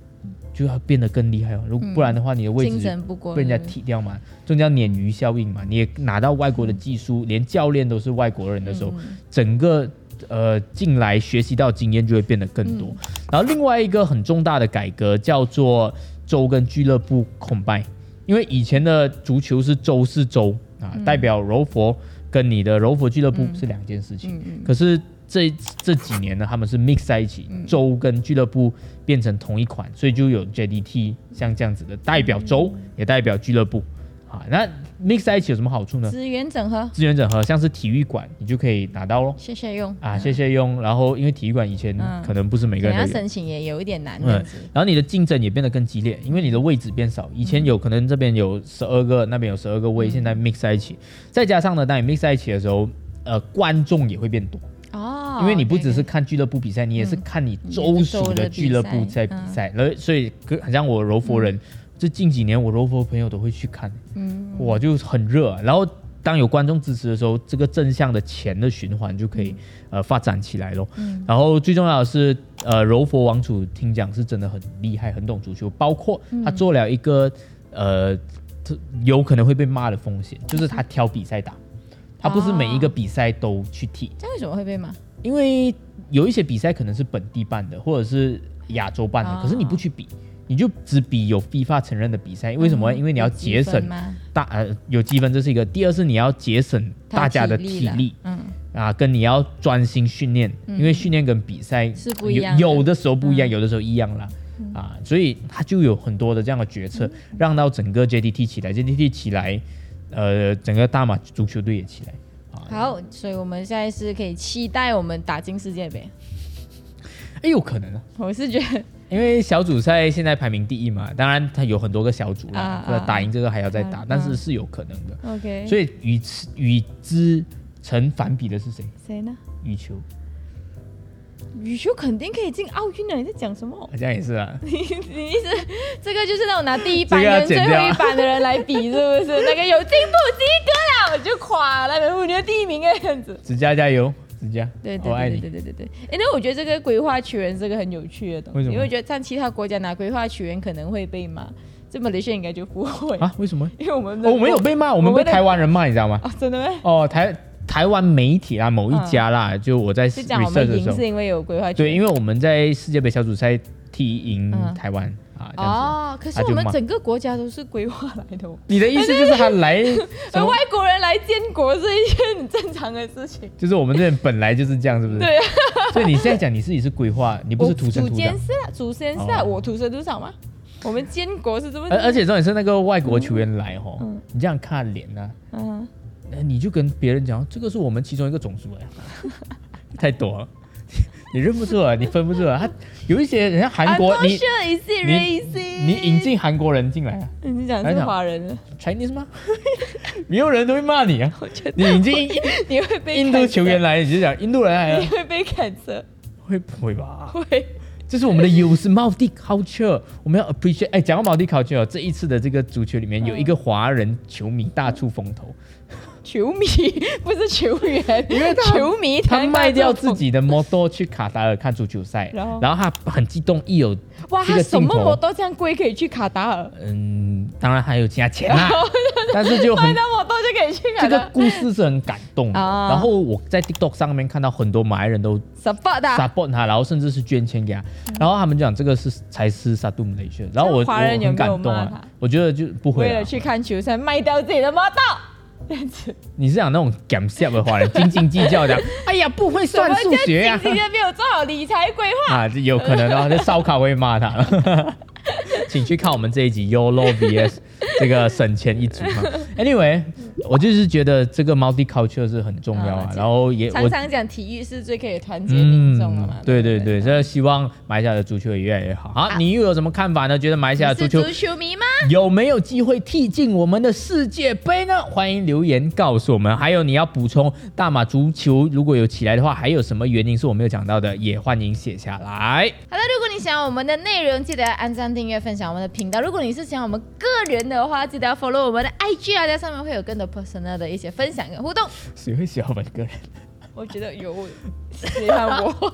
[SPEAKER 3] 就要变得更厉害哦，如不然的话，你的位置
[SPEAKER 4] 嗯精神嗯不过
[SPEAKER 3] 被人家踢掉嘛，这种叫鲶鱼效应嘛。你也拿到外国的技
[SPEAKER 4] 嗯
[SPEAKER 3] 术，连教练都是外国人的时候，整个呃进来学习到经验就会变得更多。然后另外一个很重大的改革叫做州跟俱乐部 combine，因为以前的足球是州是州啊，代表柔佛跟你的柔佛俱乐部是两件事情，可是。这这几年呢，他们是 mix 在一起，州跟俱乐部变成同一款，所以就有 JDT 像这样子的代表州，也代表俱乐部啊。那 mix 在一起有什么好处呢？
[SPEAKER 4] 嗯资源整合，
[SPEAKER 3] 资源整合，像是体育馆，你就可以拿到咯。
[SPEAKER 4] 谢谢用。
[SPEAKER 3] 啊，谢谢用。然后因为体育馆以前
[SPEAKER 4] 嗯
[SPEAKER 3] 可能不是每个
[SPEAKER 4] 等
[SPEAKER 3] 人
[SPEAKER 4] 下
[SPEAKER 3] 都有。
[SPEAKER 4] 申请也有一点难，这
[SPEAKER 3] 嗯
[SPEAKER 4] 样子，
[SPEAKER 3] 然后你的竞争也变得更激烈，因为你的位置变少。以前有可能这边有十二个，那边有十二个位，现在 mix 在一起，再加上呢，当你 mix 在一起的时候，呃，观众也会变多。
[SPEAKER 4] 哦，
[SPEAKER 3] 因为你不只是
[SPEAKER 4] 对
[SPEAKER 3] 看俱乐部比赛，你也是看你州属的俱乐部在比赛，然后所以可好像我柔佛人。这近几年我柔佛朋友都会去看，嗯，哇，就很热。然后当有观众支持的时候，这个正向的钱的循环就可以、呃发展起来咯。然后最重要的是，呃，柔佛王储听讲是真的很厉害，很懂足球，包括他做了一个、呃这有可能会被骂的风险，就是他挑比赛打，他不是每一个比赛都去踢。
[SPEAKER 4] 这样为什么会被骂？
[SPEAKER 3] 因为有一些比赛可能是本地办的，或者是亚洲办的，
[SPEAKER 4] 啊
[SPEAKER 3] 可是你不去比，你就只比有 FIFA 承认的比赛。为什么？因为你要节
[SPEAKER 4] 嗯有积
[SPEAKER 3] 省
[SPEAKER 4] 分吗
[SPEAKER 3] 大呃有积分，这是一个；第二是你要节省大家的体
[SPEAKER 4] 啦
[SPEAKER 3] 力
[SPEAKER 4] 嗯，
[SPEAKER 3] 啊，跟你要专心训练，因为训练跟比赛
[SPEAKER 4] 是不一样的嗯
[SPEAKER 3] 有，有的时候不一样，有的时候一样啦。啊，所以他就有很多的这样的决策，
[SPEAKER 4] 嗯
[SPEAKER 3] 让到整个 JDT 起来，JDT 起来，呃，整个大马足球队也起来。
[SPEAKER 4] 好，所以我们现在是可以期待我们打进世界杯。
[SPEAKER 3] 哎，有可能啊，
[SPEAKER 4] 我是觉得
[SPEAKER 3] 因为小组赛现在排名第一嘛，当然它有很多个小组啦
[SPEAKER 4] 啊，嗯
[SPEAKER 3] 那
[SPEAKER 4] 啊
[SPEAKER 3] 打赢这个还要再
[SPEAKER 4] 啊
[SPEAKER 3] 打，但是是有可能的。
[SPEAKER 4] OK，
[SPEAKER 3] 所以与此与之成反比的是谁？
[SPEAKER 4] 谁呢？
[SPEAKER 3] 羽球，
[SPEAKER 4] 羽球肯定可以进奥运了，你在讲什么？
[SPEAKER 3] 好
[SPEAKER 4] (laughs)
[SPEAKER 3] 像也是啊。
[SPEAKER 4] 你意思这个就是那种拿第一版
[SPEAKER 3] 这个要
[SPEAKER 4] 跟最
[SPEAKER 3] 剪
[SPEAKER 4] 后
[SPEAKER 3] 掉
[SPEAKER 4] 一版的人来比，是不
[SPEAKER 3] (laughs)
[SPEAKER 4] 是？那个有进步及格啦，我就垮了，然后你的第一名的样子。
[SPEAKER 3] 子佳加油，子佳，
[SPEAKER 4] 对对
[SPEAKER 3] 我爱
[SPEAKER 4] 对
[SPEAKER 3] 你
[SPEAKER 4] 对。对对对，哎，那我觉得这个规划球员是个很有趣的东西，
[SPEAKER 3] 为什么
[SPEAKER 4] 因为我觉得在其他国家拿规划球员可能会被骂，这马来西亚应该就不会，
[SPEAKER 3] 啊？为什么？
[SPEAKER 4] 因为我们的
[SPEAKER 3] 哦我们有被骂，我们
[SPEAKER 4] 我
[SPEAKER 3] 被
[SPEAKER 4] 们的
[SPEAKER 3] 台湾人骂，你知道吗？
[SPEAKER 4] 哦，真的吗？
[SPEAKER 3] 哦，台台湾媒体啦，某一家啦，就我在
[SPEAKER 4] 是讲我们
[SPEAKER 3] research 的时
[SPEAKER 4] 赢
[SPEAKER 3] 候
[SPEAKER 4] 是，因为有规划球
[SPEAKER 3] 对，
[SPEAKER 4] 员，
[SPEAKER 3] 因为我们在世界杯小组赛踢赢
[SPEAKER 4] 嗯
[SPEAKER 3] 台湾啊，这样子。
[SPEAKER 4] 哦，可
[SPEAKER 3] 他
[SPEAKER 4] 是
[SPEAKER 3] 就
[SPEAKER 4] 我们
[SPEAKER 3] 骂
[SPEAKER 4] 整个国家都是规划
[SPEAKER 3] (laughs)
[SPEAKER 4] 来的哦，
[SPEAKER 3] 你的意思就是他来什
[SPEAKER 4] 而
[SPEAKER 3] 么？
[SPEAKER 4] 哎外国人来建国是一件很正常的事情。
[SPEAKER 3] 就是我们这边本来就是这样，是不是？
[SPEAKER 4] 对啊。
[SPEAKER 3] 所以你现在讲你自己是规划，你不
[SPEAKER 4] 我
[SPEAKER 3] 是土生土
[SPEAKER 4] 祖
[SPEAKER 3] 长
[SPEAKER 4] 先。是啊，祖先是
[SPEAKER 3] 哦
[SPEAKER 4] 啊，
[SPEAKER 3] 哎
[SPEAKER 4] 我土生土长嘛。我们建国是这么，
[SPEAKER 3] 而而且重点是那个外国球员来吼，你这样看脸呐、
[SPEAKER 4] 嗯，
[SPEAKER 3] 那你就跟别人讲，这个是我们其中一个种族哎， (laughs) 太多了， (laughs) 你认不出来，你分不出来。他有一些人家韩国，你
[SPEAKER 4] sure is
[SPEAKER 3] 你
[SPEAKER 4] racist，
[SPEAKER 3] 你引进韩国人进来啊
[SPEAKER 4] 你讲
[SPEAKER 3] 来
[SPEAKER 4] 是
[SPEAKER 3] 讲
[SPEAKER 4] 华人了， (laughs)
[SPEAKER 3] ，Chinese 吗？ (laughs) 没有人都会骂你啊。你引进印
[SPEAKER 4] 你会被
[SPEAKER 3] 印度
[SPEAKER 4] cancel
[SPEAKER 3] 球员，来，你就讲印度人来
[SPEAKER 4] 你
[SPEAKER 3] 了，
[SPEAKER 4] 会被砍折，
[SPEAKER 3] 会不会吧？
[SPEAKER 4] 会。
[SPEAKER 3] 这是我们的优势，multi culture，我们要 appreciate。哎，讲到 multi culture，哦这一次的这个足球里
[SPEAKER 4] 嗯
[SPEAKER 3] 面有一个华人球迷大出风头，
[SPEAKER 4] 球迷不是球员，因
[SPEAKER 3] 为他
[SPEAKER 4] 球迷
[SPEAKER 3] 他
[SPEAKER 4] 难怪
[SPEAKER 3] 卖掉
[SPEAKER 4] 这种
[SPEAKER 3] 自，己的摩托去卡塔尔看足球赛，
[SPEAKER 4] 然后
[SPEAKER 3] 他很激动，一有
[SPEAKER 4] 哇，
[SPEAKER 3] 这
[SPEAKER 4] 他
[SPEAKER 3] 个
[SPEAKER 4] 什
[SPEAKER 3] 镜
[SPEAKER 4] 么
[SPEAKER 3] 头
[SPEAKER 4] 我，都这样贵，可以去卡达尔，
[SPEAKER 3] 嗯，当然还有其他钱啦， (laughs) 但是就
[SPEAKER 4] 卖
[SPEAKER 3] 很
[SPEAKER 4] 到我都就可以去
[SPEAKER 3] (laughs) 这
[SPEAKER 4] 卡达
[SPEAKER 3] 个
[SPEAKER 4] 尔
[SPEAKER 3] 故事是很感动的。
[SPEAKER 4] 啊
[SPEAKER 3] 然后我在 TikTok 上面看到很多马来人都
[SPEAKER 4] ，support 啊的。
[SPEAKER 3] support 他，然后甚至是捐钱给他，然后他们讲这个是才是沙杜姆雷逊，然后我我
[SPEAKER 4] 嗯华人有
[SPEAKER 3] 很
[SPEAKER 4] 没有
[SPEAKER 3] 感动
[SPEAKER 4] 骂他
[SPEAKER 3] 啊，我觉得就不会
[SPEAKER 4] 为
[SPEAKER 3] 啦
[SPEAKER 4] 了去看球赛，卖掉自己的
[SPEAKER 3] (laughs)
[SPEAKER 4] 摩托，这样子，
[SPEAKER 3] 你是讲那种 gam 的华人斤斤计较的？ (laughs) 哎呀，不会算数学啊呀、
[SPEAKER 4] 今天没有做好理财规划。
[SPEAKER 3] 啊！这有可能哦，这烧烤会骂他了。 (laughs) 请去看我们这一集 YOLO (laughs) VS 这个省钱一族嘛。Anyway，我就是觉得这个 multi culture 是很重要
[SPEAKER 4] 啊
[SPEAKER 3] 啊，
[SPEAKER 4] 这
[SPEAKER 3] 然后也 (laughs)
[SPEAKER 4] 常
[SPEAKER 3] 我。
[SPEAKER 4] 常讲体育是最可以团结民众的嘛。
[SPEAKER 3] 对
[SPEAKER 4] 对
[SPEAKER 3] 对啊
[SPEAKER 4] 不
[SPEAKER 3] 对，这希望马来西亚的足球也越来越好。好，你又有什么看法呢？觉得马来西亚
[SPEAKER 4] 你
[SPEAKER 3] 的足球
[SPEAKER 4] 是足球迷吗？
[SPEAKER 3] 有没有机会踢进我们的世界杯呢？欢迎留言告诉我们。还有你要补充大马足球如果有起来的话，还有什么原因是我没有讲到的，也欢迎写下来。
[SPEAKER 4] (laughs) 好的，如果你喜欢我们的内容，记得按赞、订阅、分享我们的频道。如果你是喜欢我们个人的话，记得要 follow 我们的 IG 啊，在上面会有更多 personal 的一些分享跟互动。
[SPEAKER 3] 谁会喜欢我们个人？
[SPEAKER 4] 我觉得有喜欢
[SPEAKER 3] (laughs)
[SPEAKER 4] 我，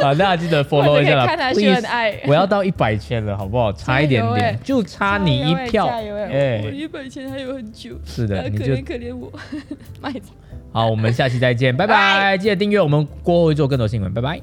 [SPEAKER 3] 啊，大家记得 follow 一下
[SPEAKER 4] 我
[SPEAKER 3] 啦
[SPEAKER 4] 可以看他秀恩
[SPEAKER 3] please，
[SPEAKER 4] 爱
[SPEAKER 3] 我要到一百千了，好不好？差一点
[SPEAKER 4] (laughs) 加油欸
[SPEAKER 3] 点，就差你一票。
[SPEAKER 4] 加油哎！我一百千还有很久，
[SPEAKER 3] 是的
[SPEAKER 4] 啊
[SPEAKER 3] 你
[SPEAKER 4] 可
[SPEAKER 3] 就
[SPEAKER 4] 怜可怜我， (laughs) 卖惨。
[SPEAKER 3] 好，我们下期再见，拜拜！记得订阅我们，过后会做更多新闻，拜拜。